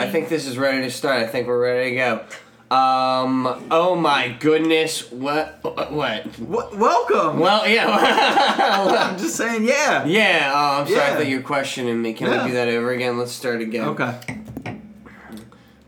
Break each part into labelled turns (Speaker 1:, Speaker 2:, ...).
Speaker 1: I think this is ready to start. I think we're ready to go. Um. Oh my goodness. What? What?
Speaker 2: W- welcome.
Speaker 1: Well, yeah.
Speaker 2: I'm just saying, yeah.
Speaker 1: yeah. Oh, I'm sorry.
Speaker 2: Yeah.
Speaker 1: I thought you were questioning me. Can
Speaker 2: Yeah.
Speaker 1: we do that over again? Let's start again.
Speaker 2: Okay.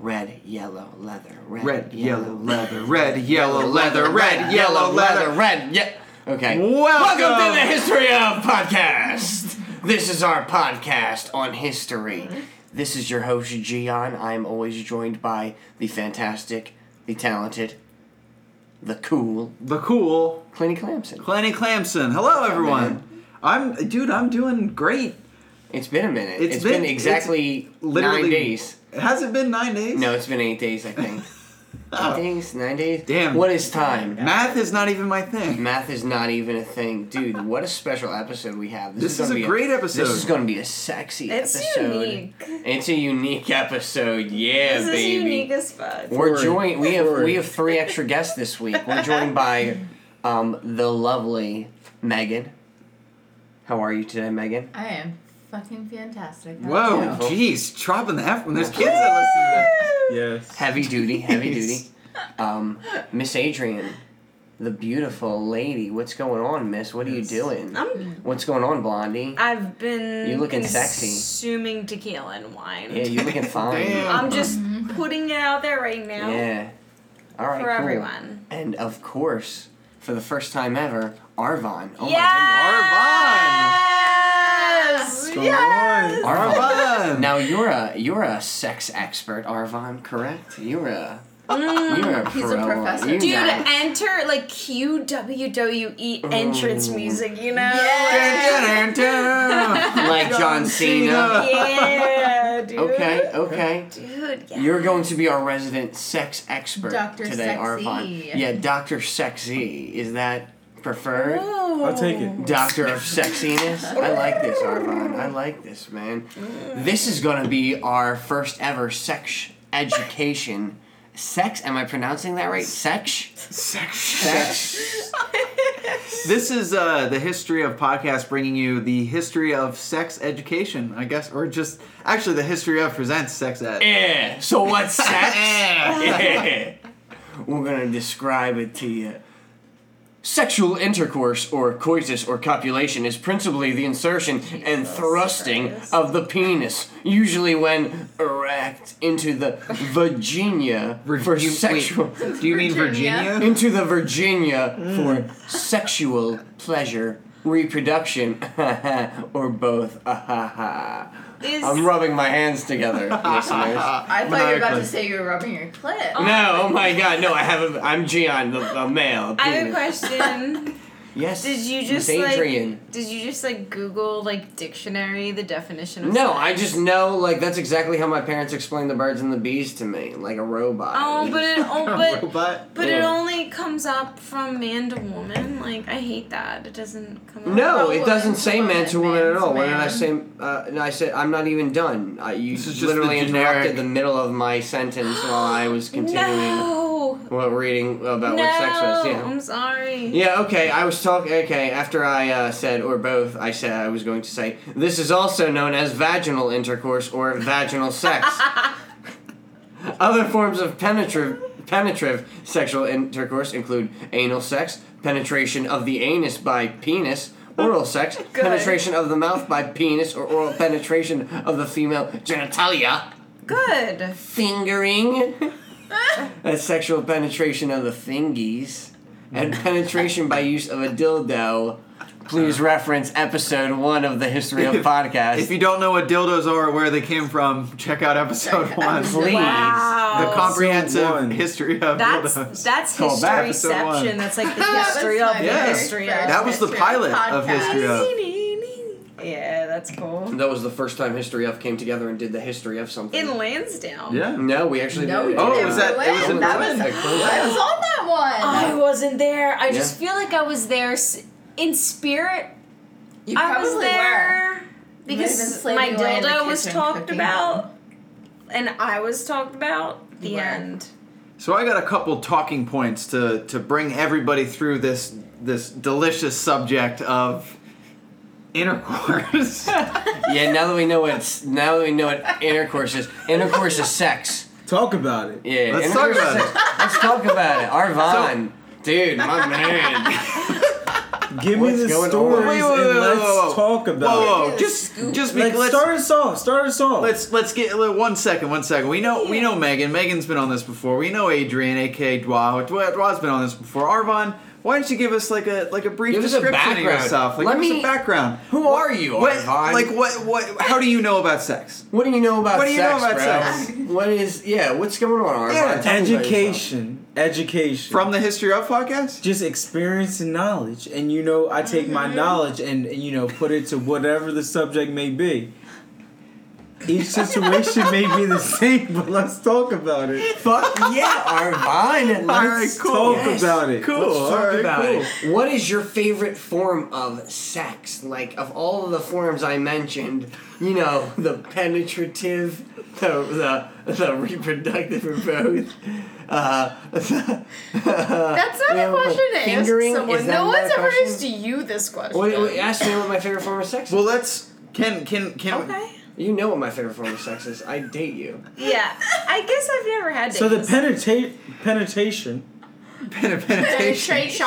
Speaker 1: Red, yellow, leather. Red,
Speaker 2: Red, yellow, leather. Red, yellow, leather. Red, yellow, leather.
Speaker 1: Red. Yeah. Okay.
Speaker 2: Welcome.
Speaker 1: to the History of Podcast. This is our podcast on history. This is your host Gian. I'm always joined by the fantastic, the talented, the cool
Speaker 2: The cool
Speaker 1: Clinty Clamson.
Speaker 2: Clanny Clamson. Hello, everyone. I'm, dude. I'm doing great.
Speaker 1: It's been a minute.
Speaker 2: It's
Speaker 1: it's been,
Speaker 2: been-
Speaker 1: exactly
Speaker 2: Literally,
Speaker 1: nine days.
Speaker 2: It hasn't been nine days.
Speaker 1: No, it's been eight days. I think.
Speaker 2: Oh.
Speaker 1: Eight days, nine days.
Speaker 2: Damn.
Speaker 1: What is time?
Speaker 2: Math is not even my thing.
Speaker 1: Math is not even a thing, dude. What a special episode we have.
Speaker 2: This is
Speaker 1: gonna
Speaker 2: a
Speaker 1: be
Speaker 2: great episode.
Speaker 1: This is going to be a sexy
Speaker 3: It's
Speaker 1: episode.
Speaker 3: unique.
Speaker 1: It's a unique episode, yeah,
Speaker 3: This
Speaker 1: baby.
Speaker 3: is unique as fuck.
Speaker 1: We're
Speaker 2: Forward.
Speaker 1: joined. We have
Speaker 2: Forward.
Speaker 1: we have three extra guests this week. We're joined by um, the lovely Megan. How are you today, Megan?
Speaker 4: I am fucking fantastic. How
Speaker 2: Whoa,
Speaker 4: are you?
Speaker 2: jeez, dropping the F when there's kids that listen to that.
Speaker 5: Yes.
Speaker 1: Heavy duty, heavy duty.
Speaker 2: Jeez.
Speaker 1: Um, Miss Adrian, the beautiful lady. What's going on, Miss? What are you doing?
Speaker 3: I'm.
Speaker 1: What's going on, Blondie?
Speaker 3: I've been.
Speaker 1: You looking sexy.
Speaker 3: consuming tequila and wine.
Speaker 1: Yeah, you're looking fine.
Speaker 2: Damn.
Speaker 3: I'm just
Speaker 4: Mm-hmm.
Speaker 3: putting it out there right now
Speaker 1: Yeah. All right.
Speaker 3: for
Speaker 1: cool.
Speaker 3: everyone.
Speaker 1: And of course, for the first time ever, Arvon. Oh
Speaker 2: Arvon.
Speaker 3: Yes.
Speaker 5: Go on.
Speaker 1: my goodness. Arvon.
Speaker 2: Arvon.
Speaker 1: Now you're a you're a sex expert, Arvon, correct? You're a you're a
Speaker 4: He's a
Speaker 1: pro on-
Speaker 4: professor.
Speaker 1: you
Speaker 3: Dude,
Speaker 1: know.
Speaker 3: enter like
Speaker 1: Oh.
Speaker 3: QWWE E entrance music, you know?
Speaker 2: Dun, dun, dun, dun.
Speaker 1: like John Cena.
Speaker 2: Cena.
Speaker 3: Yeah, dude.
Speaker 1: Okay, okay.
Speaker 3: Dude, yeah.
Speaker 1: You're going to be our resident sex expert
Speaker 4: Dr.
Speaker 1: today, Arvon.
Speaker 4: Sexy.
Speaker 1: Yeah, Doctor Sexy. Is that preferred?
Speaker 3: Ooh.
Speaker 5: I'll take it.
Speaker 1: Doctor of Sexiness. I like this, Arvon. I like this, man. This is gonna be our first ever sex education. Sex? Am I pronouncing that right? Sex? Sex?
Speaker 2: This is uh, the history of podcast, bringing you the history of sex education, I guess, or just actually the history of presents sex ed.
Speaker 1: Yeah. So what's sex?
Speaker 2: Eh.
Speaker 1: yeah. We're gonna describe it to you. Sexual intercourse or coitus or copulation is principally the insertion and thrusting
Speaker 3: Christ.
Speaker 1: of the penis, usually when erect into the vagina for
Speaker 2: Virgin- wait.
Speaker 1: sexual
Speaker 2: Do you mean
Speaker 4: Virginia.
Speaker 2: Virginia?
Speaker 1: into the Virginia for sexual pleasure, reproduction, or both. I'm
Speaker 3: Is,
Speaker 1: rubbing my hands together, listeners.
Speaker 4: I thought you were about
Speaker 2: Maniacally.
Speaker 4: to say you were rubbing your clit.
Speaker 1: No, oh my God, no! I have. A, I'm Gian, the, the male.
Speaker 3: I have a question.
Speaker 1: Yes.
Speaker 3: Did you
Speaker 1: Miss
Speaker 3: just
Speaker 1: Adrian.
Speaker 3: like? Did you just like Google like dictionary the definition of?
Speaker 1: No,
Speaker 3: sex?
Speaker 1: I just know like that's exactly how my parents explained the birds and the bees to me, like a robot.
Speaker 3: Oh, but it oh, but
Speaker 2: Robot.
Speaker 3: but it
Speaker 1: Yeah.
Speaker 3: only comes up from man to woman. Like I hate that. It doesn't come. Up.
Speaker 1: No,
Speaker 4: Well,
Speaker 1: it doesn't say
Speaker 4: woman,
Speaker 1: man to woman at
Speaker 4: man's
Speaker 1: all. When did I
Speaker 4: man.
Speaker 1: say? Uh, no, I said I'm not even done. I, you
Speaker 2: This is just
Speaker 1: literally
Speaker 2: the
Speaker 1: interrupted
Speaker 2: generic-
Speaker 1: the middle of my sentence while I was continuing
Speaker 3: No.
Speaker 1: what reading about
Speaker 3: No.
Speaker 1: what sex was. Yeah.
Speaker 3: I'm sorry.
Speaker 1: Yeah. Okay. I was talking. Okay. After I uh, said or both, I said I was going to say this is also known as vaginal intercourse or vaginal sex. Other forms of penetrative, penetrative sexual intercourse include anal sex, penetration of the anus by penis, oral sex, penetration of the mouth by penis, or oral penetration of the female genitalia,
Speaker 3: Good.
Speaker 1: fingering, and sexual penetration of the fingies, and penetration by use of a dildo. Please reference episode one of the History of Podcast.
Speaker 2: If you don't know what dildos are or where they came from, check out episode one.
Speaker 4: Please.
Speaker 1: Please.
Speaker 2: The
Speaker 3: Wow.
Speaker 2: comprehensive
Speaker 5: one.
Speaker 2: history of
Speaker 3: that's
Speaker 2: dildos.
Speaker 3: that's
Speaker 1: Call back
Speaker 2: episode one.
Speaker 3: historyception. That's like the
Speaker 4: That was
Speaker 3: history
Speaker 4: my
Speaker 3: of the
Speaker 4: very
Speaker 3: history
Speaker 4: first
Speaker 3: of.
Speaker 2: That was the
Speaker 4: history of
Speaker 2: pilot of
Speaker 4: podcast.
Speaker 2: history of-
Speaker 3: Yeah, that's cool.
Speaker 1: That was the first time History of came together and did the history of something.
Speaker 3: In Lansdowne.
Speaker 2: yeah.
Speaker 1: No, we actually
Speaker 4: No,
Speaker 1: did.
Speaker 4: we
Speaker 2: Oh,
Speaker 4: didn't.
Speaker 2: was that- it was
Speaker 4: Wait,
Speaker 2: in
Speaker 4: that
Speaker 2: Berlin.
Speaker 4: was- I was on that
Speaker 3: I
Speaker 4: one.
Speaker 3: wasn't there. I just
Speaker 1: just
Speaker 3: feel like I was there in spirit.
Speaker 4: you
Speaker 3: I was
Speaker 4: probably were.
Speaker 3: there because
Speaker 4: Because
Speaker 3: my
Speaker 4: Lady Lay in the
Speaker 3: dildo was
Speaker 4: kitchen
Speaker 3: talked
Speaker 4: cooking.
Speaker 3: about, and I was talked about. The
Speaker 4: You were.
Speaker 3: end.
Speaker 2: So I got a couple talking points to to bring everybody through this this delicious subject of intercourse.
Speaker 1: Yeah, now that we know what's now that we know what intercourse is, intercourse is sex.
Speaker 5: Talk about it.
Speaker 1: Yeah,
Speaker 2: Let's talk
Speaker 1: intercourse is
Speaker 2: about
Speaker 1: sex. Let's talk about it. Arvon, dude, my man.
Speaker 5: Give
Speaker 1: What's
Speaker 5: me the
Speaker 1: going on?
Speaker 2: Wait,
Speaker 5: stories
Speaker 2: wait, wait,
Speaker 5: and
Speaker 2: wait,
Speaker 5: let's
Speaker 2: whoa, whoa.
Speaker 5: talk about
Speaker 2: Whoa, whoa,
Speaker 5: it.
Speaker 4: it.
Speaker 2: just just be,
Speaker 5: Like,
Speaker 2: let's
Speaker 5: start us off. Start us off.
Speaker 2: let's let's get let- one second, one second. We know we know Megan. Megan's been on this before. We know Adrian, aka Dwa. Dwa has been on this before. Arvon, why don't you give us like a like a brief
Speaker 1: Give us a
Speaker 2: description of
Speaker 1: background.
Speaker 2: yourself? Like
Speaker 1: Let
Speaker 2: give us
Speaker 1: me-
Speaker 2: a background.
Speaker 1: Who
Speaker 2: What-
Speaker 1: are you,
Speaker 2: what-
Speaker 1: Arvon?
Speaker 2: Like what what? How do you know about sex?
Speaker 1: What do you know about
Speaker 2: What do you
Speaker 1: sex,
Speaker 2: know about
Speaker 1: bro?
Speaker 2: sex?
Speaker 1: What is yeah? What's going on, Arvon?
Speaker 2: Yeah,
Speaker 1: Tell me about yourself.
Speaker 5: education. Education.
Speaker 2: From the History of podcast.
Speaker 5: just experience and knowledge and you know i take my
Speaker 1: Mm-hmm.
Speaker 5: knowledge and, and, you know put it to whatever the subject may be each situation may be the same but let's talk about it
Speaker 1: Fuck yeah, Arvon.
Speaker 2: All right,
Speaker 1: Let's
Speaker 2: cool.
Speaker 5: talk
Speaker 1: Yes.
Speaker 5: about it
Speaker 2: Cool.
Speaker 1: Let's talk
Speaker 2: all right,
Speaker 1: about
Speaker 2: cool.
Speaker 1: it. What is your favorite form of sex? Like of all of the forms I mentioned, you know, the penetrative, the the, the reproductive or both. Uh,
Speaker 4: That's not
Speaker 1: Yeah,
Speaker 4: a question to ask
Speaker 1: fingering, is
Speaker 4: someone.
Speaker 1: that
Speaker 4: No one's
Speaker 1: another
Speaker 4: ever
Speaker 1: question?
Speaker 4: asked you this question.
Speaker 1: wait, wait, ask me what my favorite form of sex is.
Speaker 2: Well, let's can can can.
Speaker 3: Okay.
Speaker 1: you know what my favorite form of sex is. I date you.
Speaker 3: Yeah. I guess I've never had.
Speaker 5: so the
Speaker 3: dates.
Speaker 5: penetra- penetration
Speaker 2: Pen- penetration.
Speaker 4: Penetration.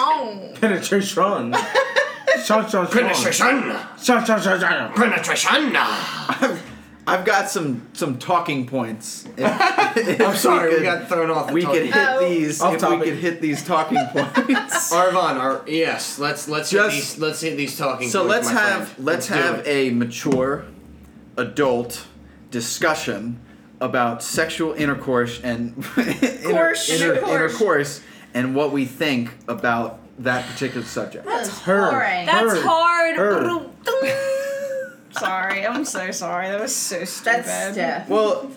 Speaker 5: penetration Shun, shun, shun. Shun, shun, shun, shun.
Speaker 1: penetration.
Speaker 2: I've got some some talking points. If- if
Speaker 1: I'm sorry, we,
Speaker 2: could-
Speaker 1: got thrown off. The
Speaker 2: we could
Speaker 1: talking.
Speaker 2: hit
Speaker 4: Oh.
Speaker 2: these.
Speaker 5: Off
Speaker 2: if
Speaker 5: topic.
Speaker 2: we could hit these talking points.
Speaker 1: Arvon, Ar- yes, let's let's hit
Speaker 2: Just-
Speaker 1: these let's hit these talking.
Speaker 2: so
Speaker 1: points,
Speaker 2: let's
Speaker 1: my
Speaker 2: have
Speaker 1: friend.
Speaker 2: let's,
Speaker 1: do
Speaker 2: have
Speaker 1: it.
Speaker 2: a mature, adult discussion about sexual intercourse and
Speaker 4: Course, intercourse.
Speaker 2: intercourse and what we think about that particular subject.
Speaker 4: That's
Speaker 5: Her.
Speaker 4: boring.
Speaker 3: That's
Speaker 5: Heard.
Speaker 3: hard.
Speaker 6: Sorry, I'm so sorry. That was so stupid.
Speaker 4: That's stiff.
Speaker 2: Well,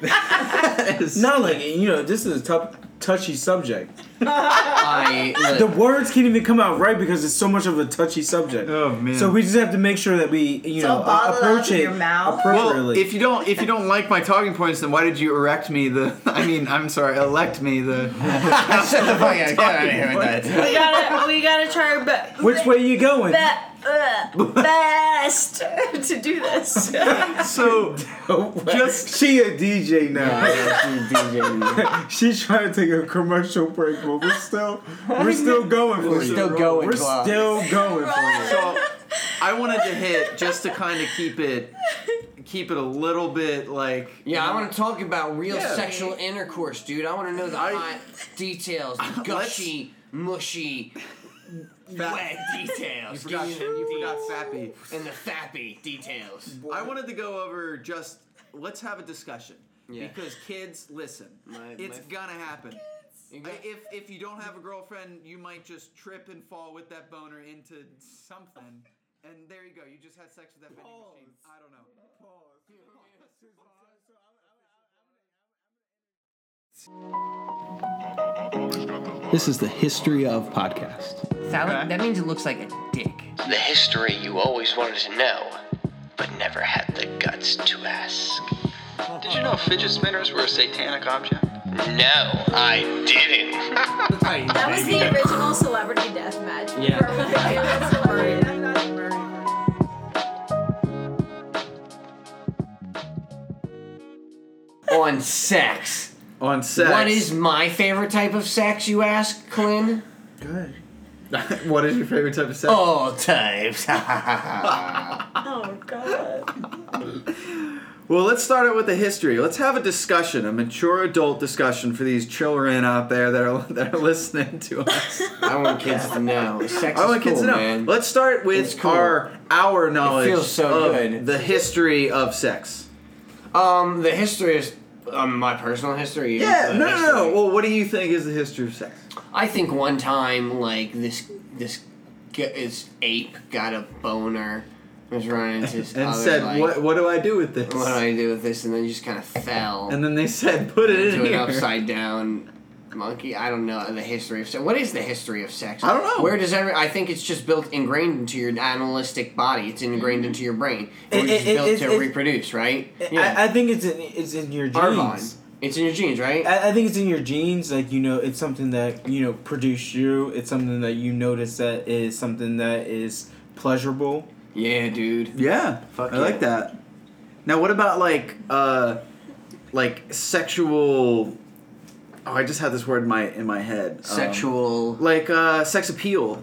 Speaker 2: that is-
Speaker 5: no like you know this is a tough touchy subject
Speaker 1: I,
Speaker 5: the words can't even come out right because it's so much of a touchy subject
Speaker 2: Oh, man.
Speaker 5: so we just have to make sure that we you
Speaker 4: So
Speaker 5: know
Speaker 4: bottle it
Speaker 5: approach
Speaker 4: up in
Speaker 5: it
Speaker 4: your mouth?
Speaker 5: appropriately
Speaker 2: Well, if you don't if you don't like my talking points, then why did you erect me the? I mean, I'm sorry, elect me the.
Speaker 1: Shut the fuck up. Get out of here with that.
Speaker 3: We gotta. We gotta try our be-
Speaker 5: Which way you going?
Speaker 3: be- uh, best to do this.
Speaker 2: So
Speaker 5: Just she a DJ now. She's trying to take a commercial break, but we're still we're still going for
Speaker 1: We're
Speaker 5: you.
Speaker 1: still going,
Speaker 5: We're
Speaker 1: Claude.
Speaker 5: still going for you.
Speaker 2: so I wanted to hit just to kind of keep it keep it a little bit like
Speaker 1: Yeah, I want to talk about real
Speaker 2: Yeah.
Speaker 1: sexual intercourse, dude. I want to know the
Speaker 2: I-
Speaker 1: hot details, the gushy, mushy, wet details.
Speaker 2: you forgot,
Speaker 1: Give me the
Speaker 2: you
Speaker 1: deets.
Speaker 2: forgot sappy.
Speaker 1: and the fappy details.
Speaker 2: I wanted to go over just let's have a discussion
Speaker 1: Yeah.
Speaker 2: because kids listen.
Speaker 1: My-
Speaker 2: it's
Speaker 1: my-
Speaker 2: gonna happen.
Speaker 1: You
Speaker 2: I-
Speaker 1: got-
Speaker 2: If if you don't have a girlfriend, you might just trip and fall with that boner into something, and there you go. You just had sex with that vending machine. I don't know.
Speaker 7: This is the history of podcast.
Speaker 1: That, that means it looks like a dick. The history you always wanted to know, but never had the guts to ask.
Speaker 8: Did you know fidget spinners were a satanic object?
Speaker 1: No, I didn't.
Speaker 3: That was the original celebrity death match.
Speaker 1: Yeah. On sex.
Speaker 2: On sex.
Speaker 1: What is my favorite type of sex, you ask, Clint?
Speaker 5: Good.
Speaker 2: what is your favorite type of sex?
Speaker 1: All types.
Speaker 3: Oh god.
Speaker 2: Well, let's start out with the history. Let's have a discussion, a mature adult discussion for these children out there that are that are listening to us.
Speaker 1: I want kids to know. Sex
Speaker 2: I
Speaker 1: is
Speaker 2: want kids
Speaker 1: cool,
Speaker 2: to know.
Speaker 1: man.
Speaker 2: Let's start
Speaker 1: It's
Speaker 2: with
Speaker 1: cool.
Speaker 2: our our knowledge
Speaker 1: feels so
Speaker 2: of
Speaker 1: good.
Speaker 2: the history of sex.
Speaker 1: Um, the history is um, my personal history. is
Speaker 2: Yeah,
Speaker 1: the
Speaker 2: no, no, no.
Speaker 1: history.
Speaker 2: Well, what do you think is the history of sex?
Speaker 1: I think one time, like this, this g- is ape got a boner, was running into his
Speaker 2: And
Speaker 1: other,
Speaker 2: said,
Speaker 1: like,
Speaker 2: "What what do I do with this?"
Speaker 1: What do I do with this? And then just kind of fell
Speaker 2: and then they said, "Put it in
Speaker 1: into an
Speaker 2: here."
Speaker 1: upside down monkey. I don't know the history of sex. What is the history of sex?
Speaker 2: I don't know.
Speaker 1: Where does every? I think it's just built ingrained into your animalistic body. It's ingrained into your brain. It,
Speaker 5: It-
Speaker 1: was just
Speaker 5: it-
Speaker 1: built
Speaker 5: it-
Speaker 1: to
Speaker 5: it-
Speaker 1: reproduce, right?
Speaker 5: I, I think it's in it's in your genes.
Speaker 1: Arvon. It's in your genes, right?
Speaker 5: I, I think it's in your genes. Like you know, it's something that you know produced you. It's something that you notice that is something that is pleasurable.
Speaker 1: Yeah, dude.
Speaker 2: Yeah,
Speaker 1: Fuck
Speaker 2: I
Speaker 1: yeah.
Speaker 2: like that. Now, what about like, uh, like sexual? Oh, I just had this word in my in my head. Um,
Speaker 1: Sexual.
Speaker 2: like uh, sex appeal.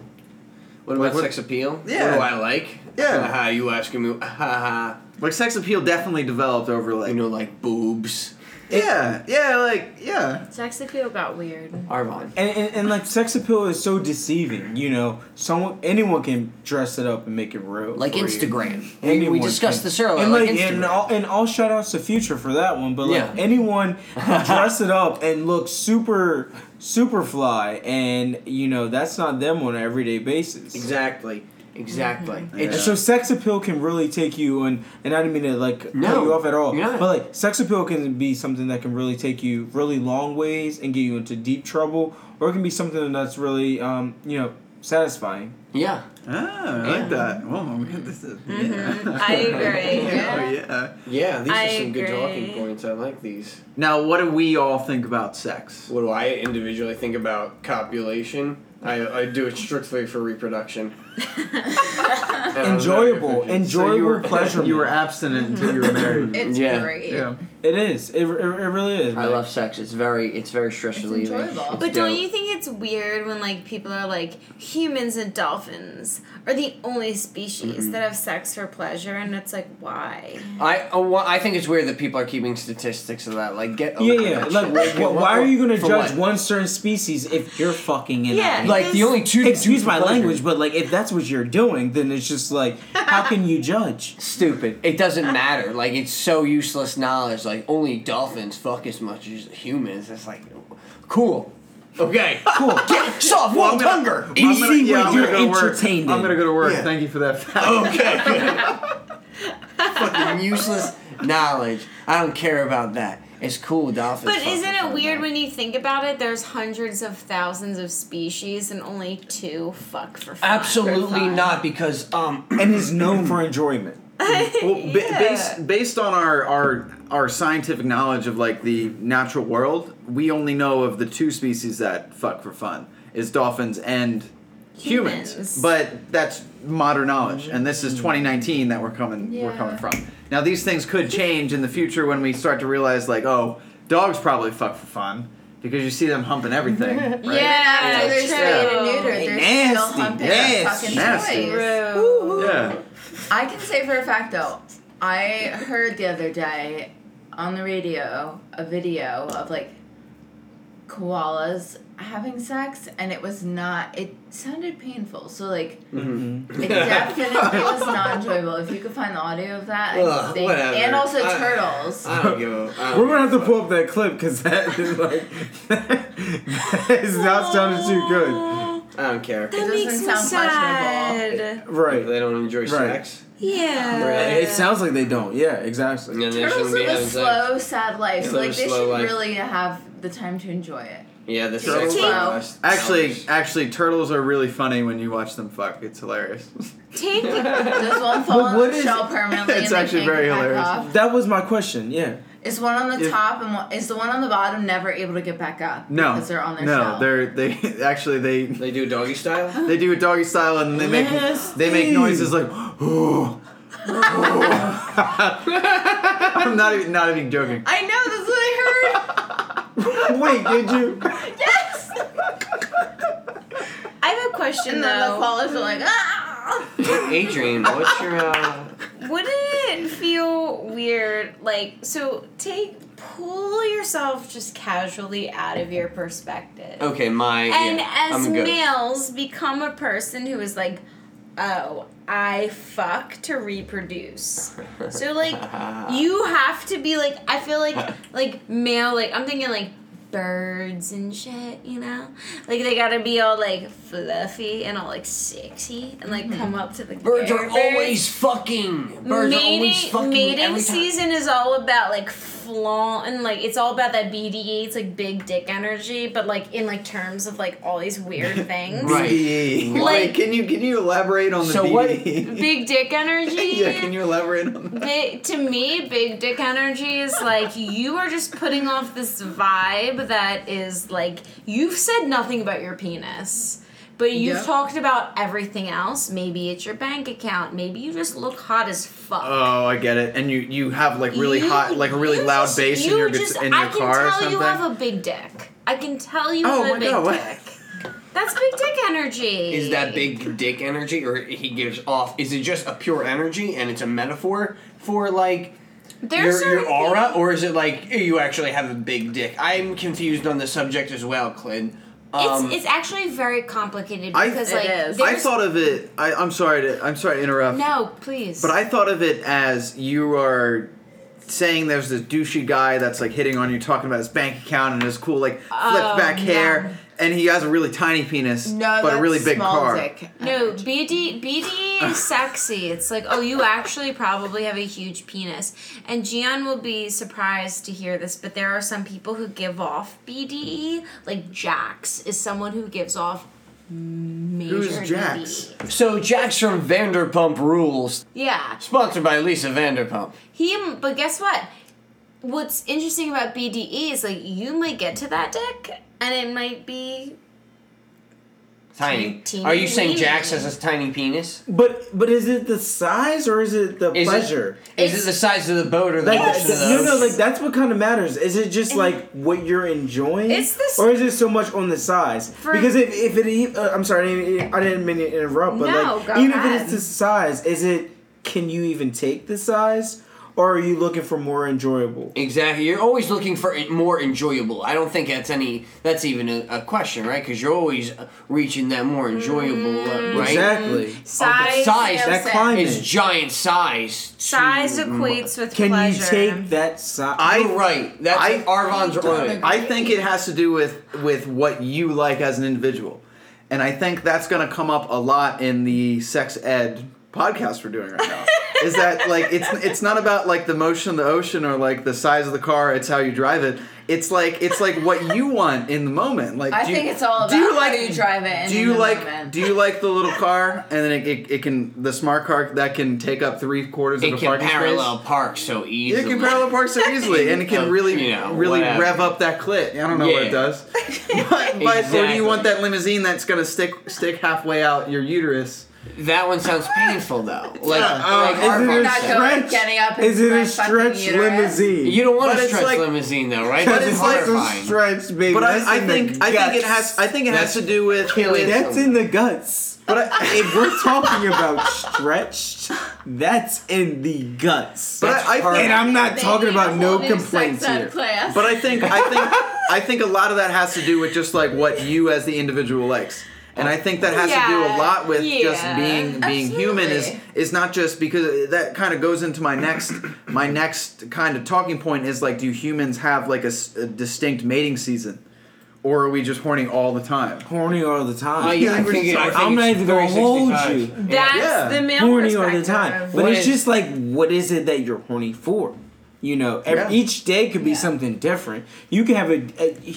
Speaker 1: what about
Speaker 2: what-
Speaker 1: sex appeal?
Speaker 2: Yeah.
Speaker 1: What do I like?
Speaker 2: Yeah.
Speaker 1: Haha, you asking me? Haha.
Speaker 2: Like sex appeal definitely developed over like
Speaker 1: You know, like boobs.
Speaker 2: yeah yeah like yeah
Speaker 3: Sex appeal got weird.
Speaker 1: Arvon.
Speaker 5: And, and, and like sex appeal is so deceiving, you know. Someone, anyone can dress it up and make it real.
Speaker 9: Like
Speaker 5: for you.
Speaker 9: Instagram. We, we
Speaker 5: Anyone
Speaker 9: discussed
Speaker 5: can.
Speaker 9: this earlier.
Speaker 5: And
Speaker 9: like,
Speaker 5: like, and
Speaker 9: Instagram.
Speaker 5: all, and all shout outs to Future for that one. But like
Speaker 1: Yeah.
Speaker 5: anyone can dress it up and look super super fly, and you know that's not them on an everyday basis.
Speaker 1: Exactly. Exactly.
Speaker 5: And
Speaker 1: It's
Speaker 5: so sex appeal can really take you and and I didn't mean to like cut
Speaker 1: No,
Speaker 5: you off at all.
Speaker 1: you're not.
Speaker 5: But like sex appeal can be something that can really take you really long ways and get you into deep trouble, or it can be something that's really um, you know, satisfying.
Speaker 1: yeah.
Speaker 2: ah I like that. Whoa, man, this is yeah.
Speaker 3: Mm-hmm. I agree.
Speaker 2: oh yeah.
Speaker 1: Yeah. These
Speaker 3: I
Speaker 1: are some good talking
Speaker 3: agree.
Speaker 1: points. I like these.
Speaker 2: Now, what do we all think about sex?
Speaker 1: What do I individually think about copulation? I, I do it strictly for reproduction. And I'm not
Speaker 5: Enjoyable,
Speaker 1: good for-
Speaker 5: enjoyable
Speaker 2: you were
Speaker 5: pleasure.
Speaker 2: You were abstinent until you were married.
Speaker 4: It's
Speaker 1: Yeah.
Speaker 4: great.
Speaker 2: yeah.
Speaker 5: It is. It, it, it really is.
Speaker 9: I
Speaker 5: man.
Speaker 9: love sex. It's very, it's very stress relieving.
Speaker 4: enjoyable.
Speaker 9: It's
Speaker 3: But don't
Speaker 9: dope.
Speaker 3: you think it's weird when like people are like humans and dolphins are the only species
Speaker 5: Mm-hmm.
Speaker 3: that have sex for pleasure and it's like why?
Speaker 1: I oh, well, I think it's weird that people are keeping statistics of that. Like, get over
Speaker 5: Yeah, yeah.
Speaker 1: that
Speaker 5: Like,
Speaker 1: shit.
Speaker 5: wh-
Speaker 1: Get-
Speaker 5: why are you gonna
Speaker 1: for
Speaker 5: judge
Speaker 1: what?
Speaker 5: one certain species if you're fucking in?
Speaker 3: Yeah,
Speaker 5: on it?
Speaker 1: Like the only two.
Speaker 5: excuse
Speaker 1: two
Speaker 5: my
Speaker 1: pleasure-
Speaker 5: language, but like if that's what you're doing, then it's just like, how can you judge?
Speaker 1: Stupid. It doesn't matter. Like it's so useless knowledge. Like only dolphins fuck as much as humans. It's like, cool. Okay.
Speaker 5: Cool.
Speaker 1: Get soft world hunger.
Speaker 5: You
Speaker 2: I'm gonna-
Speaker 5: see
Speaker 2: yeah,
Speaker 5: what
Speaker 2: I'm
Speaker 5: you're Oh,
Speaker 2: gonna go to work.
Speaker 5: entertained
Speaker 2: I'm
Speaker 5: in.
Speaker 2: gonna go to work.
Speaker 1: Yeah.
Speaker 2: Thank you for that. fact.
Speaker 1: Okay. Fucking useless knowledge. I don't care about that. It's cool, dolphins.
Speaker 3: But
Speaker 1: fuck
Speaker 3: isn't
Speaker 1: us, I
Speaker 3: it
Speaker 1: don't
Speaker 3: weird
Speaker 1: know.
Speaker 3: when you think about it? There's hundreds of thousands of species and only two fuck for fun.
Speaker 1: Absolutely not, because um,
Speaker 5: and is known for enjoyment.
Speaker 2: Well, ba- based based on our, our our scientific knowledge of like the natural world, we only know of the two species that fuck for fun is dolphins and humans.
Speaker 3: Humans. Mm-hmm.
Speaker 2: But that's modern knowledge, and this is 2019 that we're coming we're
Speaker 3: Yeah.
Speaker 2: coming from. Now these things could change in the future when we start to realize like oh dogs probably fuck for fun because you see them humping everything. Right?
Speaker 3: Yeah,
Speaker 4: After they're
Speaker 3: true.
Speaker 4: spayed and neutered, they're still
Speaker 5: Nasty,
Speaker 4: humping
Speaker 5: nasty,
Speaker 4: fucking
Speaker 2: nasty.
Speaker 4: toys.
Speaker 3: True.
Speaker 2: Yeah.
Speaker 4: I can say for a fact though, I heard the other day on the radio a video of like koalas having sex and it was not it sounded painful so like it definitely was not enjoyable if you could find the audio of that
Speaker 1: Ugh,
Speaker 4: and, think,
Speaker 1: whatever.
Speaker 4: and also
Speaker 1: I-
Speaker 4: turtles
Speaker 1: I don't give a. I don't
Speaker 5: We're gonna have to pull up that clip because that is like, that is not sounding too good.
Speaker 1: I don't care.
Speaker 3: That
Speaker 4: doesn't
Speaker 3: makes me
Speaker 4: sound fashionable.
Speaker 3: sad.
Speaker 5: Right.
Speaker 1: They don't enjoy sex.
Speaker 3: Yeah.
Speaker 1: Really?
Speaker 5: It sounds like they don't. Yeah, exactly.
Speaker 1: And they
Speaker 4: turtles
Speaker 1: shouldn't be
Speaker 4: live a
Speaker 1: having sex.
Speaker 4: slow sad life so
Speaker 1: Live a
Speaker 4: like they
Speaker 1: slow
Speaker 4: should
Speaker 1: life.
Speaker 4: really have the time to enjoy it
Speaker 1: Yeah, the
Speaker 4: Turtles
Speaker 1: sex
Speaker 4: are slow.
Speaker 1: last
Speaker 2: Actually,
Speaker 1: hours.
Speaker 2: actually, turtles are really funny when you watch them fuck. It's hilarious.
Speaker 3: Take
Speaker 4: does one fall on
Speaker 5: what
Speaker 4: the
Speaker 5: is-
Speaker 4: shell permanently
Speaker 2: It's
Speaker 4: and they
Speaker 2: actually
Speaker 4: can't
Speaker 2: very
Speaker 4: get back
Speaker 2: hilarious.
Speaker 4: off?
Speaker 5: That was my question. Yeah.
Speaker 4: Is one on the
Speaker 2: If-
Speaker 4: top and one, is the one on the bottom never able to get back up?
Speaker 2: No,
Speaker 4: because they're on their
Speaker 2: no,
Speaker 4: shell.
Speaker 2: they're they actually they
Speaker 1: they do doggy style.
Speaker 2: They do it doggy style, and they make they make noises like. "Oh." I'm not even not even joking.
Speaker 4: I know that's what I heard.
Speaker 5: Wait, did you?
Speaker 4: yes.
Speaker 3: I have a question
Speaker 4: And then the
Speaker 3: though.
Speaker 4: koalas are like ah.
Speaker 1: Adrian, what's your? Uh,
Speaker 3: Wouldn't it feel weird? Like, so take pull yourself just casually out of your perspective.
Speaker 1: okay, my.
Speaker 3: And
Speaker 1: yeah,
Speaker 3: as
Speaker 1: I'm good.
Speaker 3: males become a person who is like, oh, I fuck to reproduce. So like, you have to be like, I feel like like male like I'm thinking like birds and shit, you know, like they gotta be all like fluffy and all like sexy and
Speaker 1: Mm-hmm.
Speaker 3: like come up to the
Speaker 9: Birds are
Speaker 3: air
Speaker 9: always fucking. Birds are always fucking.
Speaker 3: mating
Speaker 9: every time.
Speaker 3: season is all about like flaunt and like it's all about that BD8, it's like big dick energy, but like in like terms of like all these weird things.
Speaker 1: Right.
Speaker 2: Wait,
Speaker 3: Like-
Speaker 2: can you can you elaborate on the
Speaker 1: So what-
Speaker 2: BD?
Speaker 3: Big dick energy.
Speaker 2: yeah, can you elaborate on that?
Speaker 3: Big, to me, big dick energy is like you are just putting off this vibe that is like you've said nothing about your penis. But you've
Speaker 5: Yeah.
Speaker 3: talked about everything else. Maybe it's your bank account. Maybe you just look hot as fuck.
Speaker 2: Oh, I get it. And you you have like really
Speaker 3: You-
Speaker 2: hot, like a really
Speaker 3: you
Speaker 2: loud
Speaker 3: just-
Speaker 2: bass in
Speaker 3: you
Speaker 2: your
Speaker 3: just-
Speaker 2: guit- in your
Speaker 3: I can
Speaker 2: car or
Speaker 3: tell you
Speaker 2: something.
Speaker 3: have a big dick. I can tell you
Speaker 2: Oh
Speaker 3: have
Speaker 2: my
Speaker 3: a big
Speaker 2: God, what-
Speaker 3: dick. That's big dick energy.
Speaker 1: Is that big dick energy, or he gives off? Is it just a pure energy, and it's a metaphor for like
Speaker 3: There's
Speaker 1: your, your
Speaker 3: certain
Speaker 1: aura,
Speaker 3: people-
Speaker 1: or is it like you actually have a big dick? I'm confused on the subject as well, Clint. Um,
Speaker 3: it's, it's actually very complicated
Speaker 2: I-
Speaker 3: because
Speaker 2: It
Speaker 3: like
Speaker 4: is.
Speaker 2: I
Speaker 3: there's-
Speaker 2: thought of it. I, I'm sorry. To, I'm sorry to interrupt.
Speaker 3: no, please.
Speaker 2: But I thought of it as you are saying there's this douchey guy that's like hitting on you, talking about his bank account and his cool like flipped back
Speaker 3: no.
Speaker 2: hair, and he has a really tiny penis,
Speaker 4: Oh, No,
Speaker 2: but
Speaker 4: that's
Speaker 2: a really big
Speaker 4: small
Speaker 2: car.
Speaker 4: dick.
Speaker 3: No, BD BD is sexy. It's like, oh, you actually probably have a huge penis. And Gian will be surprised to hear this, but there are some people who give off BDE. Like Jax is someone who gives off major
Speaker 2: Who's Jax?
Speaker 3: BDE.
Speaker 1: so Jack's from Vanderpump Rules,
Speaker 3: Yeah,
Speaker 1: sponsored by Lisa Vanderpump.
Speaker 3: he. But guess what? What's interesting about BDE is like you might get to that dick, and it might be
Speaker 1: Tiny.
Speaker 3: Teeny
Speaker 1: Are you saying
Speaker 3: weeny.
Speaker 1: Jax has a tiny penis?
Speaker 5: But but is it the size or is it the
Speaker 1: Is it-
Speaker 5: pleasure?
Speaker 1: Is
Speaker 3: It's-
Speaker 1: it the size of the boat or the
Speaker 5: Like
Speaker 1: motion of
Speaker 5: th-
Speaker 1: the
Speaker 5: no no
Speaker 1: ocean?
Speaker 5: like that's what kind of matters. Is it just like what you're enjoying,
Speaker 3: It's this-
Speaker 5: or is it so much on the size? Because if if it e- uh, I'm sorry I didn't, I didn't mean to interrupt, but
Speaker 3: No,
Speaker 5: like
Speaker 3: go
Speaker 5: even if
Speaker 3: ahead.
Speaker 5: it is the size, is it can you even take the size, or are you looking for more enjoyable?
Speaker 1: Exactly. You're always looking for it more enjoyable. I don't think that's any. That's even a, a question, right? Because you're always reaching that more enjoyable, uh, right?
Speaker 5: Exactly.
Speaker 3: Mm. size.
Speaker 1: size,
Speaker 5: That climate.
Speaker 1: Is giant size.
Speaker 3: Size equates with
Speaker 5: Can
Speaker 3: pleasure.
Speaker 5: you take that size?
Speaker 2: I-
Speaker 1: You're right. That's
Speaker 2: I-
Speaker 1: Arvon's right.
Speaker 2: I think it has to do with with what you like as an individual, and I think that's going to come up a lot in the sex ed podcast we're doing right now. is that like it's it's not about like the motion of the ocean or like the size of the car. It's how you drive it. It's like it's like what you want in the moment. Like
Speaker 4: I
Speaker 2: do you-
Speaker 4: think it's all
Speaker 2: do you
Speaker 4: about how
Speaker 2: like,
Speaker 4: you drive it and
Speaker 2: do
Speaker 4: in
Speaker 2: you
Speaker 4: the
Speaker 2: like
Speaker 4: moment.
Speaker 2: do you like the little car and then it, it, it can the smart car that can take up three quarters
Speaker 1: It
Speaker 2: of a
Speaker 1: can
Speaker 2: parking
Speaker 1: parallel
Speaker 2: space.
Speaker 1: park so easily.
Speaker 2: It can parallel park so easily, and it can
Speaker 1: Of,
Speaker 2: really,
Speaker 1: you know,
Speaker 2: really
Speaker 1: whatever.
Speaker 2: rev up that clit. I don't know what
Speaker 1: Yeah.
Speaker 2: it does. but but or do
Speaker 1: Exactly.
Speaker 2: you want that limousine that's gonna stick stick halfway out your uterus?
Speaker 1: That one sounds painful though. Like,
Speaker 2: Yeah,
Speaker 1: like
Speaker 2: uh,
Speaker 1: Arvon
Speaker 5: is it a
Speaker 4: not
Speaker 1: said.
Speaker 4: going-
Speaker 5: stretch?
Speaker 4: getting up
Speaker 5: is
Speaker 4: into
Speaker 5: it
Speaker 4: my
Speaker 5: a
Speaker 4: fucking
Speaker 5: stretch
Speaker 4: uterus?
Speaker 5: limousine?
Speaker 1: You don't want
Speaker 2: But
Speaker 1: a
Speaker 2: it's
Speaker 1: stretch
Speaker 2: like-
Speaker 1: limousine though, right?
Speaker 2: but
Speaker 1: That's
Speaker 2: it's like-
Speaker 1: horrifying.
Speaker 5: stretch, baby.
Speaker 2: But
Speaker 5: That's
Speaker 2: I, I
Speaker 5: in the
Speaker 2: think I think it
Speaker 5: guts.
Speaker 2: has I think it has
Speaker 1: That's
Speaker 2: to do with,
Speaker 1: killing.
Speaker 2: with
Speaker 5: That's in the guts.
Speaker 2: but I,
Speaker 5: If we're talking about stretched, that's in the guts.
Speaker 2: but I, I
Speaker 5: and
Speaker 2: think,
Speaker 5: I'm not
Speaker 4: They
Speaker 5: talking
Speaker 4: need a
Speaker 5: about
Speaker 4: whole
Speaker 5: no
Speaker 4: new
Speaker 5: complaints
Speaker 4: sex ed
Speaker 5: here.
Speaker 4: Class.
Speaker 2: but I think I think I think a lot of that has to do with just like what you as the individual likes. And I think that has to do a
Speaker 3: Yeah,
Speaker 2: lot with just
Speaker 3: yeah,
Speaker 2: being being human is
Speaker 4: absolutely.
Speaker 2: is not just because uh, that kind of goes into my next my next kind of talking point is like do humans have like a, s- a distinct mating season or are we just horny all the time?
Speaker 5: Horny all the time.
Speaker 1: Oh, yeah, I think it- I think
Speaker 5: am not
Speaker 1: it's
Speaker 5: even gonna hold
Speaker 1: 365.
Speaker 5: you.
Speaker 3: That's
Speaker 2: Yeah.
Speaker 3: the male
Speaker 5: Horny all the
Speaker 3: perspective.
Speaker 5: time. But
Speaker 1: What
Speaker 5: it's
Speaker 1: is-
Speaker 5: just like, what is it that you're horny for? You know,
Speaker 2: Yeah.
Speaker 5: ev- each day could be something different. You can have a, a.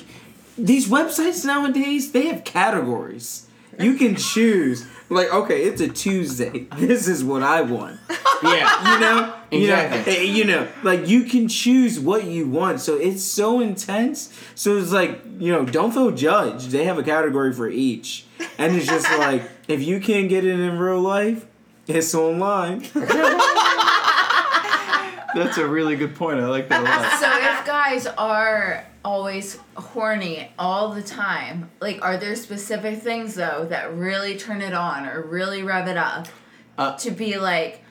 Speaker 5: These websites nowadays, they have categories. You can choose. Like, okay, it's a Tuesday. This is what I want.
Speaker 1: Yeah.
Speaker 5: you know, you know,
Speaker 1: Exactly.
Speaker 5: eh, you know, like you can choose what you want. So it's so intense. So it's like you know, don't feel judged. They have a category for each, and it's just like if you can't get it in real life, it's online.
Speaker 2: That's a really good point. I like that a lot.
Speaker 4: so if guys are always horny all the time, like are there specific things though that really turn it on or really rev it up to be like,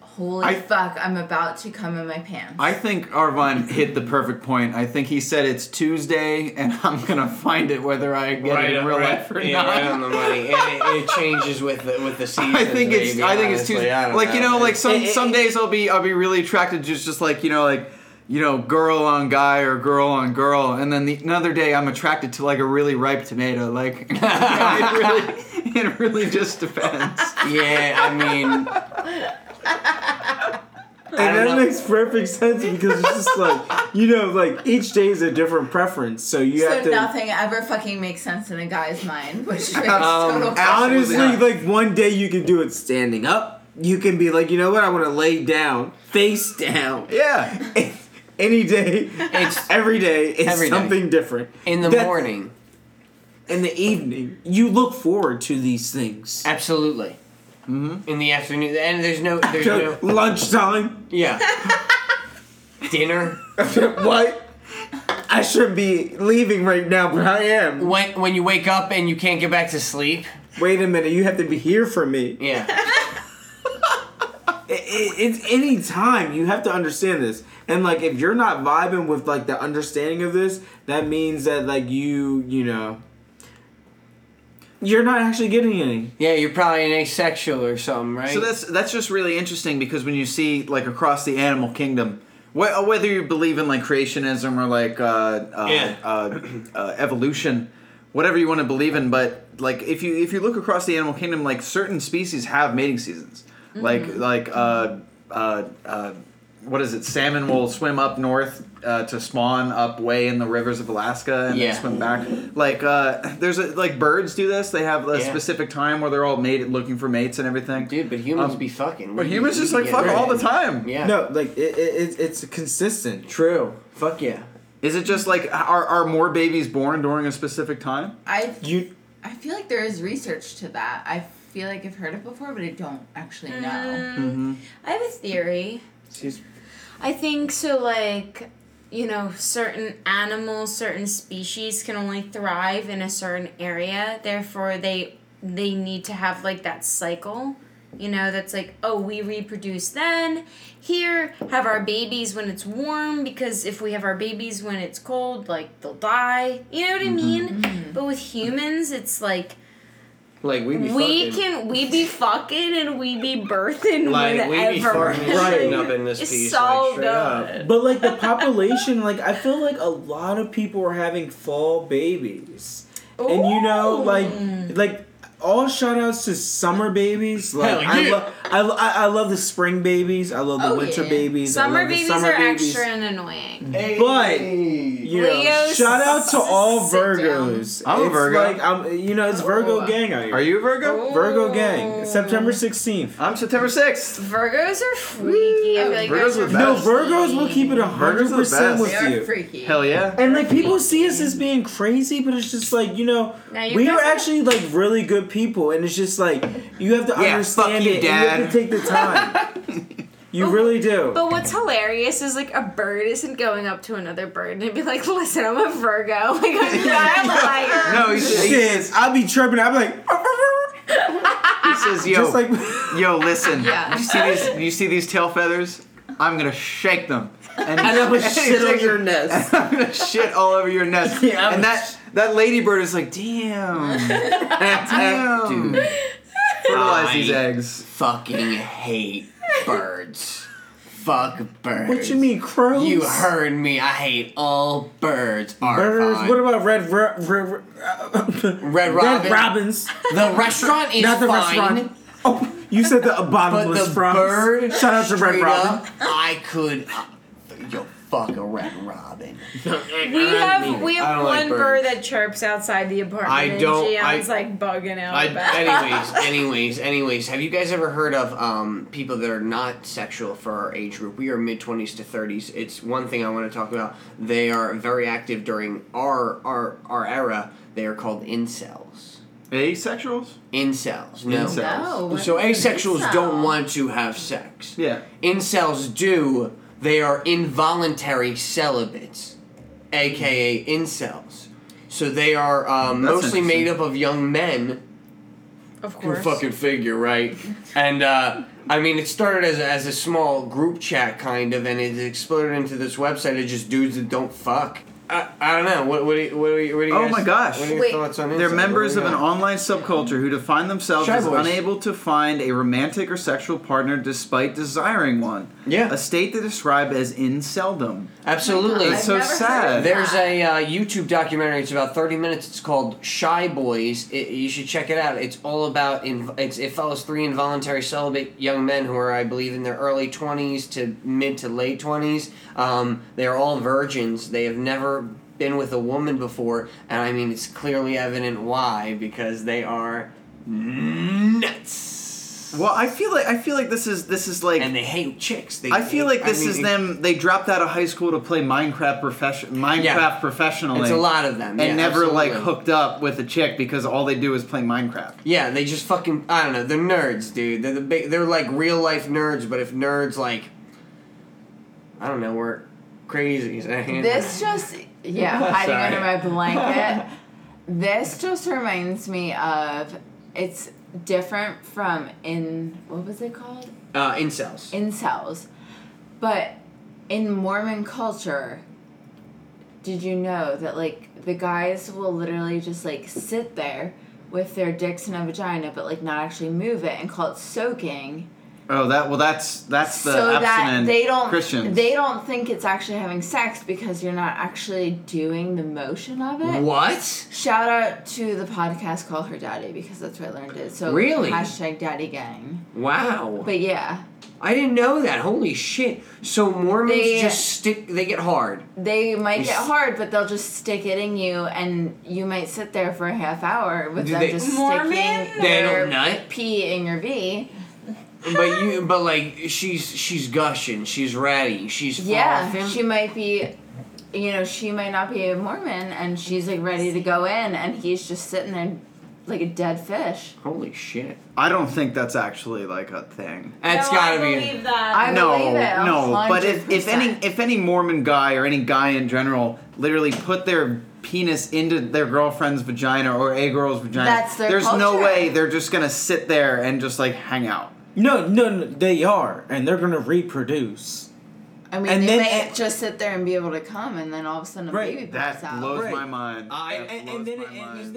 Speaker 4: holy
Speaker 2: I-
Speaker 4: fuck, I'm about to come in my pants.
Speaker 2: I think Arvon hit the perfect point. I think he said it's Tuesday, and I'm gonna find it whether I get
Speaker 1: Right,
Speaker 2: it in real
Speaker 1: right,
Speaker 2: life or
Speaker 1: yeah,
Speaker 2: not.
Speaker 1: right on the money. It, it- it changes with the with the season.
Speaker 2: I think it's I think it's Tuesday. Like you know, like some some days I'll be I'll be really attracted to just just like you know like you know girl on guy or girl on girl, and then the another day I'm attracted to like a really ripe tomato. Like you know, it really it really just depends.
Speaker 1: yeah, I mean,
Speaker 5: And
Speaker 1: don't
Speaker 5: that
Speaker 1: know.
Speaker 5: makes perfect sense because it's just like you know, like each day is a different preference. So you
Speaker 4: so
Speaker 5: have to.
Speaker 4: nothing ever fucking makes sense in a guy's mind, which makes
Speaker 1: Um,
Speaker 4: total
Speaker 2: Absolutely
Speaker 5: Honestly,
Speaker 2: not.
Speaker 5: like one day you can do it standing up. You can be like, you know what? I want to lay down, face down.
Speaker 2: Yeah.
Speaker 5: any day,
Speaker 1: it's
Speaker 5: every day is
Speaker 1: Every day.
Speaker 5: something different.
Speaker 1: in the
Speaker 5: That-
Speaker 1: morning.
Speaker 5: in the evening. You look forward to these things.
Speaker 1: Absolutely. Mm-hmm. In the afternoon, and there's no, there's
Speaker 5: After
Speaker 1: no,
Speaker 5: lunchtime.
Speaker 1: yeah. Dinner.
Speaker 5: what? I should be leaving right now, but I am.
Speaker 1: When when you wake up and you can't get back to sleep.
Speaker 5: Wait a minute, you have to be here for me.
Speaker 1: Yeah.
Speaker 5: it, it's any time you have to understand this and like if you're not vibing with like the understanding of this that means that like you you know you're not actually getting any
Speaker 1: Yeah, you're probably an asexual or something, right?
Speaker 2: So that's that's just really interesting because when you see like across the animal kingdom, wh- uh, whether you believe in like creationism or like uh, uh,
Speaker 1: Yeah.
Speaker 2: uh, uh, evolution, whatever you want to believe in, but like if you if you look across the animal kingdom, like certain species have mating seasons, like like uh, uh, uh, what is it? Salmon will swim up north uh, to spawn up way in the rivers of Alaska and
Speaker 1: Yeah.
Speaker 2: then swim back. Like uh, there's a, like birds do this. They have a
Speaker 1: Yeah.
Speaker 2: specific time where they're all mated looking for mates and everything.
Speaker 1: Dude, but humans
Speaker 2: Um,
Speaker 1: be fucking.
Speaker 2: But
Speaker 1: We-
Speaker 2: humans
Speaker 1: we
Speaker 2: just
Speaker 1: can
Speaker 2: like
Speaker 1: get
Speaker 2: fuck
Speaker 1: rid of
Speaker 2: all the
Speaker 1: it.
Speaker 2: time.
Speaker 1: Yeah.
Speaker 5: no like it, it, it's- it's consistent
Speaker 1: True. Fuck yeah.
Speaker 2: Is it just like are are more babies born during a specific time?
Speaker 4: I
Speaker 5: you
Speaker 4: I feel like there is research to that. I feel like I've heard it before, but I don't actually know.
Speaker 3: I have a theory.
Speaker 5: she's
Speaker 3: I think so, like, you know, certain animals, certain species can only thrive in a certain area. Therefore, they they need to have like that cycle. You know, that's like, oh, we reproduce then. Here, have our babies when it's warm because if we have our babies when it's cold, like they'll die. You know what I mean? But with humans, it's like
Speaker 1: Like we be
Speaker 3: we
Speaker 1: fucking.
Speaker 3: can we be fucking and we be birthing
Speaker 1: like we
Speaker 3: whenever.
Speaker 1: be fucking
Speaker 5: Right.
Speaker 1: right. up in this
Speaker 3: It's
Speaker 1: piece.
Speaker 3: so
Speaker 1: like, straight
Speaker 3: good.
Speaker 1: up.
Speaker 5: but like the population like i feel like a lot of people are having fall babies and you know like like all shout outs to summer babies like
Speaker 1: Hell
Speaker 5: I,
Speaker 1: yeah.
Speaker 5: lo- I, lo- I, I love the spring babies i love the
Speaker 4: Oh,
Speaker 5: winter
Speaker 4: yeah.
Speaker 5: babies I
Speaker 3: Summer
Speaker 5: love the
Speaker 3: babies
Speaker 5: summer
Speaker 3: are
Speaker 5: babies.
Speaker 3: extra and annoying.
Speaker 5: But you know,
Speaker 3: Leo,
Speaker 5: shout out to all
Speaker 3: sit down.
Speaker 5: Virgos.
Speaker 2: I'm a
Speaker 5: It's
Speaker 2: Virgo.
Speaker 5: Like I'm, you know, it's Virgo
Speaker 4: Oh.
Speaker 5: gang out here.
Speaker 2: Are you a Virgo?
Speaker 5: Virgo gang? September sixteenth.
Speaker 2: I'm September sixth.
Speaker 3: Virgos are freaky. I feel like
Speaker 2: Virgos
Speaker 3: Virgos
Speaker 2: are
Speaker 3: are
Speaker 2: the
Speaker 5: No,
Speaker 2: best.
Speaker 5: Virgos will keep it hundred
Speaker 2: Virgos are the
Speaker 5: percent
Speaker 2: best.
Speaker 5: with
Speaker 4: They are
Speaker 5: you.
Speaker 4: freaky.
Speaker 2: Hell yeah.
Speaker 5: And like people see us as being crazy, but it's just like you know
Speaker 3: Now you
Speaker 5: we
Speaker 3: guys
Speaker 5: are
Speaker 3: are-
Speaker 5: actually like really good people, and it's just like you have to
Speaker 1: fuck
Speaker 5: understand
Speaker 1: you,
Speaker 5: it. And you
Speaker 1: Dad.
Speaker 5: have to take the time. you really do.
Speaker 3: But what's hilarious is like a bird isn't going up to another bird and be like, "Listen, I'm a Virgo. Like I'm not a liar."
Speaker 2: No, he, says- he
Speaker 5: Shit, I'll be tripping. I'm like,
Speaker 2: says, "Yo,
Speaker 5: just like,
Speaker 2: yo, listen.
Speaker 4: Yeah.
Speaker 2: You see these? You see these tail feathers? I'm gonna shake them." And
Speaker 5: and I'm a shit on
Speaker 2: like-
Speaker 5: your nest.
Speaker 2: I'm gonna shit all over your nest.
Speaker 5: Yeah, I'm
Speaker 2: and
Speaker 5: a
Speaker 2: that that ladybird is like, "Damn, damn,
Speaker 1: Dude,
Speaker 2: fertilize these
Speaker 1: I-
Speaker 2: eggs."
Speaker 1: fucking hate birds. Fuck birds.
Speaker 5: What you mean, crows?
Speaker 1: You heard me. I hate all birds. Are
Speaker 5: Birds.
Speaker 1: fine.
Speaker 5: What about red ro- ro- ro-
Speaker 1: Red Robin?
Speaker 5: Red robins.
Speaker 1: the restaurant is
Speaker 5: Not the
Speaker 1: fine.
Speaker 5: restaurant. Oh, you said the
Speaker 1: But
Speaker 5: bottomless
Speaker 1: the
Speaker 5: fries.
Speaker 1: bird,
Speaker 5: Shout out to Red
Speaker 1: straight
Speaker 5: Robin.
Speaker 1: up, I could, yo, fuck a red robin.
Speaker 3: We have we
Speaker 1: I
Speaker 3: have
Speaker 1: don't
Speaker 3: one
Speaker 1: like
Speaker 3: bird
Speaker 1: birds.
Speaker 3: that chirps outside the apartment.
Speaker 1: I don't-
Speaker 3: And Gian's
Speaker 1: I-
Speaker 3: like bugging out.
Speaker 1: I,
Speaker 3: about.
Speaker 1: anyways, anyways, anyways, have you guys ever heard of um, people that are not sexual for our age group? We are mid twenties to thirties. It's one thing I want to talk about. They are very active during our our our era. They are called incels.
Speaker 2: Asexuals?
Speaker 1: Incels. No.
Speaker 2: Incels.
Speaker 4: No. what
Speaker 1: So
Speaker 4: is
Speaker 1: asexuals
Speaker 4: incel?
Speaker 1: don't want to have sex.
Speaker 2: Yeah.
Speaker 1: Incels do. They are involuntary celibates, aka incels. So they are um,
Speaker 2: That's
Speaker 1: mostly made up
Speaker 2: interesting.
Speaker 1: of young men
Speaker 3: of
Speaker 1: can
Speaker 3: course.
Speaker 1: fucking figure, right? And uh, I mean, it started as a, as a small group chat kind of, and it exploded into this website of just dudes that don't fuck. I, I don't know. What what do you, what do you, what do you
Speaker 2: Oh
Speaker 1: guys-
Speaker 2: my gosh.
Speaker 1: What are your
Speaker 4: Wait,
Speaker 1: thoughts on
Speaker 2: They're
Speaker 1: incels?
Speaker 2: members
Speaker 1: What
Speaker 2: of
Speaker 1: do you
Speaker 2: an
Speaker 1: got?
Speaker 2: online subculture who define themselves
Speaker 1: Shy
Speaker 2: as
Speaker 1: boys.
Speaker 2: unable to find a romantic or sexual partner despite desiring one.
Speaker 1: Yeah.
Speaker 2: A state they describe as inceldom.
Speaker 1: absolutely.
Speaker 4: I've
Speaker 2: so
Speaker 4: never heard of
Speaker 2: sad.
Speaker 4: that.
Speaker 1: There's a uh, YouTube documentary. It's about 30 minutes. It's called Shy Boys. It, you should check it out. It's all about inv- it's, it follows three involuntary celibate young men who are, I believe, in their early 20s to mid to late 20s. Um, they are all virgins. They have never been with a woman before, and I mean it's clearly evident why because they are nuts.
Speaker 2: Well, I feel like I feel like this is this is like
Speaker 1: and they hate chicks. They
Speaker 2: I feel
Speaker 1: hate-
Speaker 2: like this
Speaker 1: mean,
Speaker 2: is
Speaker 1: it-
Speaker 2: them. They dropped out of high school to play Minecraft profession Minecraft
Speaker 1: Yeah.
Speaker 2: professionally.
Speaker 1: It's a lot of them.
Speaker 2: and
Speaker 1: yeah,
Speaker 2: never like
Speaker 1: absolutely.
Speaker 2: hooked up with a chick because all they do is play Minecraft.
Speaker 1: Yeah, they just fucking I don't know. They're nerds, dude. They're the big. They're like real life nerds, but if nerds like, I don't know, we're crazy.
Speaker 4: This just yeah, hiding
Speaker 1: Sorry.
Speaker 4: under my blanket. this just reminds me of it's different from in what was it called?
Speaker 1: uh, incels.
Speaker 4: Incels. But in Mormon culture, did you know that like the guys will literally just like sit there with their dicks in a vagina but like not actually move it and call it soaking
Speaker 2: Oh, that well, that's that's the
Speaker 4: so that
Speaker 2: abstinent
Speaker 4: they don't
Speaker 2: Christians.
Speaker 4: they don't think it's actually having sex because you're not actually doing the motion of
Speaker 1: Mm.
Speaker 4: it.
Speaker 1: What?
Speaker 4: Shout out to the podcast Call Her Daddy because that's where I learned it. So
Speaker 1: Really?
Speaker 4: hashtag Daddy Gang.
Speaker 1: Wow.
Speaker 4: But yeah,
Speaker 1: I didn't know that. Holy shit. So Mormons
Speaker 4: They-
Speaker 1: just stick. They get hard.
Speaker 4: they might get
Speaker 1: s-
Speaker 4: hard, but they'll just stick it in you, and you might sit there for a half hour with
Speaker 1: Do
Speaker 4: them
Speaker 1: they-
Speaker 4: just
Speaker 6: Mormon?
Speaker 4: sticking
Speaker 1: They
Speaker 4: their
Speaker 1: don't nut?
Speaker 4: pee in your V.
Speaker 1: But you. But like she's she's gushing. She's ratty. She's
Speaker 4: Yeah,
Speaker 1: frothing.
Speaker 4: she might be. You know, she might not be a Mormon, and she's like ready to go in, and he's just sitting there like a dead fish.
Speaker 1: Holy shit.
Speaker 2: I don't think that's actually like a thing.
Speaker 1: That's
Speaker 3: no,
Speaker 1: gotta
Speaker 3: I
Speaker 1: be.
Speaker 3: believe that.
Speaker 4: I
Speaker 2: no,
Speaker 4: believe it.
Speaker 2: no. But if, if any
Speaker 4: 100%.
Speaker 2: if any Mormon guy or any guy in general literally put their penis into their girlfriend's vagina or a girl's vagina,
Speaker 4: That's their
Speaker 2: there's no
Speaker 4: culture.
Speaker 2: way they're just gonna sit there and just like hang out.
Speaker 5: No, no, no, they are, and they're gonna reproduce.
Speaker 4: I mean,
Speaker 5: and
Speaker 4: they
Speaker 5: then-
Speaker 4: might just sit there and be able to come, and then all of a sudden a
Speaker 5: Right,
Speaker 4: baby pops
Speaker 2: That
Speaker 4: out.
Speaker 2: blows
Speaker 5: Right.
Speaker 2: my mind.
Speaker 1: I-
Speaker 2: That
Speaker 5: and-
Speaker 2: blows
Speaker 5: and then
Speaker 2: my
Speaker 5: it- and
Speaker 2: mind.
Speaker 5: then it just-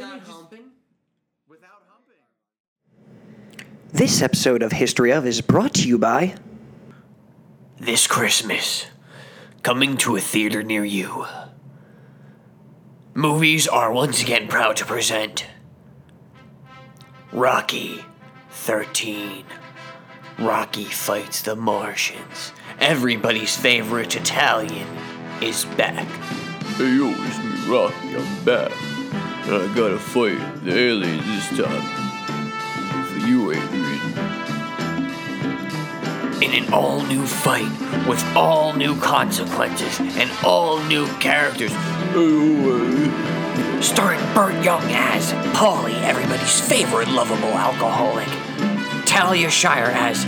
Speaker 2: Without humping.
Speaker 9: This episode of History of is brought to you by.
Speaker 1: This Christmas, coming to a theater near you. Movies are once again proud to present Rocky 13. Rocky fights the Martians. Everybody's favorite Italian is back.
Speaker 10: Hey yo, it's me, Rocky. I'm back. And I gotta fight the aliens this time. For you, Adrian.
Speaker 1: in an all new fight with all new consequences and all new characters. Starring Burt Young as Polly, everybody's favorite lovable alcoholic. Talia Shire as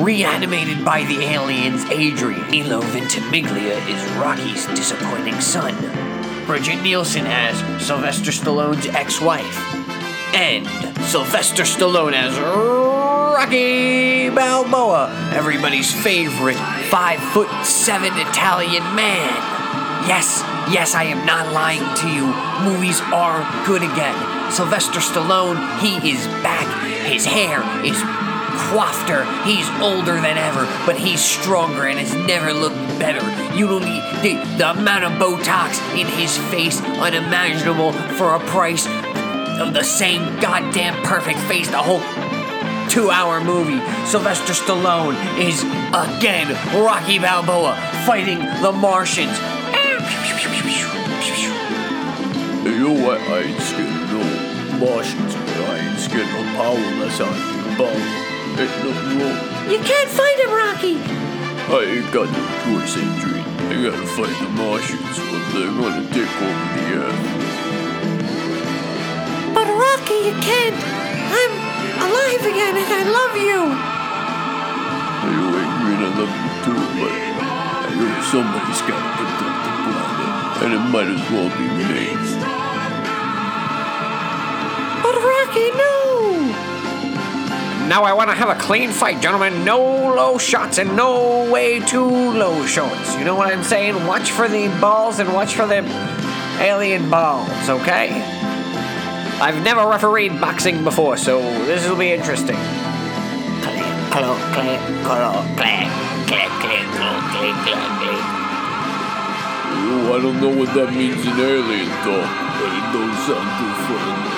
Speaker 1: reanimated by the aliens Adrian. Milo Ventimiglia is Rocky's disappointing son. Bridget Nielsen as Sylvester Stallone's ex wife and Sylvester Stallone as Rocky Balboa, everybody's favorite five foot seven Italian man. Yes, yes, I am not lying to you. Movies are good again. Sylvester Stallone, he is back. His hair is coiffeder. He's older than ever, but he's stronger and has never looked better. You don't need the, the amount of Botox in his face, unimaginable for a price of the same goddamn perfect face the whole two hour movie. Sylvester Stallone is again Rocky Balboa fighting the Martians.
Speaker 10: Hey yo, I, I ain't scared of no Martians, but I ain't scared of no powerless out of bomb. Ain't nothing wrong.
Speaker 3: you can't fight him, Rocky.
Speaker 10: I ain't got no choice, Adrian. I gotta fight the Martians or they're gonna take over the earth.
Speaker 3: But Rocky, you can't. I'm alive again and I love you.
Speaker 10: Hey yo, Adrian, I love you too, but I heard somebody's gotta protect the planet, and it might as well be me.
Speaker 3: But Rocky, no.
Speaker 1: Now I want to have a clean fight, gentlemen. No low shots and no way too low shots. You know what I'm saying? Watch for the balls and watch for the alien balls, okay? I've never refereed boxing before, so this will be interesting. Click, clunk, click, clunk, click, click, click, clunk, click, clunk, click.
Speaker 10: Yo, I don't know what that means in alien talk, but it don't sound too friendly.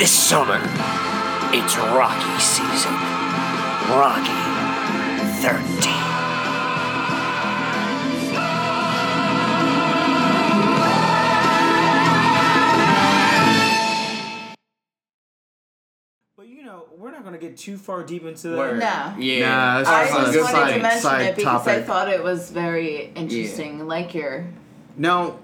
Speaker 1: This summer, it's Rocky season. Rocky 13.
Speaker 5: But you know, we're not not gonna get too far deep into that.
Speaker 6: Word.
Speaker 4: No.
Speaker 6: Yeah.
Speaker 2: Nah, that's
Speaker 4: I
Speaker 2: That's a
Speaker 4: just
Speaker 2: good
Speaker 4: wanted
Speaker 2: side-
Speaker 4: to mention
Speaker 2: side
Speaker 4: it because I
Speaker 2: topic.
Speaker 4: thought it was very interesting. Like your
Speaker 2: Now,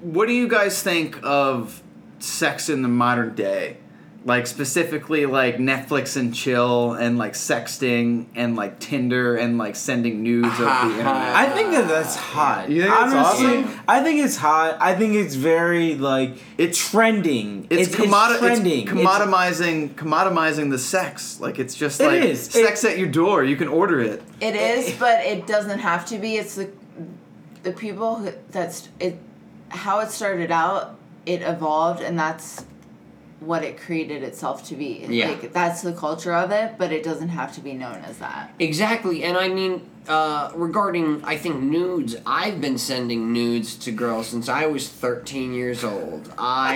Speaker 2: what do you guys think of sex in the modern day? Like specifically like Netflix and chill and like sexting and like Tinder and like sending nudes over the internet.
Speaker 5: I think that that's hot.
Speaker 2: You think that's
Speaker 5: Honestly,
Speaker 2: awesome?
Speaker 5: I think it's hot. I think it's very like
Speaker 2: It's-
Speaker 5: trending.
Speaker 2: It's, commodi- it's
Speaker 5: trending.
Speaker 2: commodimizing commodimizing the sex. Like it's just
Speaker 5: It
Speaker 2: like
Speaker 5: is.
Speaker 2: sex at your door. You can order it.
Speaker 4: it is, but it doesn't have to be. It's the the people who that's it how it started out. It evolved, and that's what it created itself to be.
Speaker 6: Yeah.
Speaker 4: Like that's the culture of it, but it doesn't have to be known as that.
Speaker 6: Exactly, and I mean, uh, regarding I think nudes, I've been sending nudes to girls since I was 13 years old. I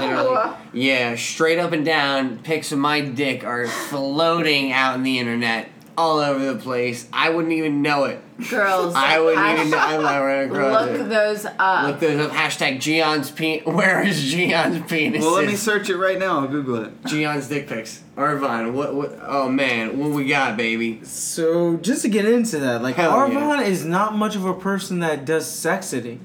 Speaker 6: been literally, yeah, straight up and down. Pics of my dick are floating out in the internet, all over the place. I wouldn't even know it.
Speaker 4: Girls,
Speaker 6: I wouldn't
Speaker 4: hash-
Speaker 6: even know. I'm not wearing a girl.
Speaker 4: look those up.
Speaker 6: Look those up. Hashtag Gion's penis. Where is Gion's penis?
Speaker 2: Well, let me search it right now. I'll Google it.
Speaker 6: Gion's dick pics. Irvine, what, what? Oh man, what we got, baby?
Speaker 5: So just to get into that, like
Speaker 6: Hell
Speaker 5: Arvon
Speaker 6: yeah.
Speaker 5: is not much of a person that does sexting.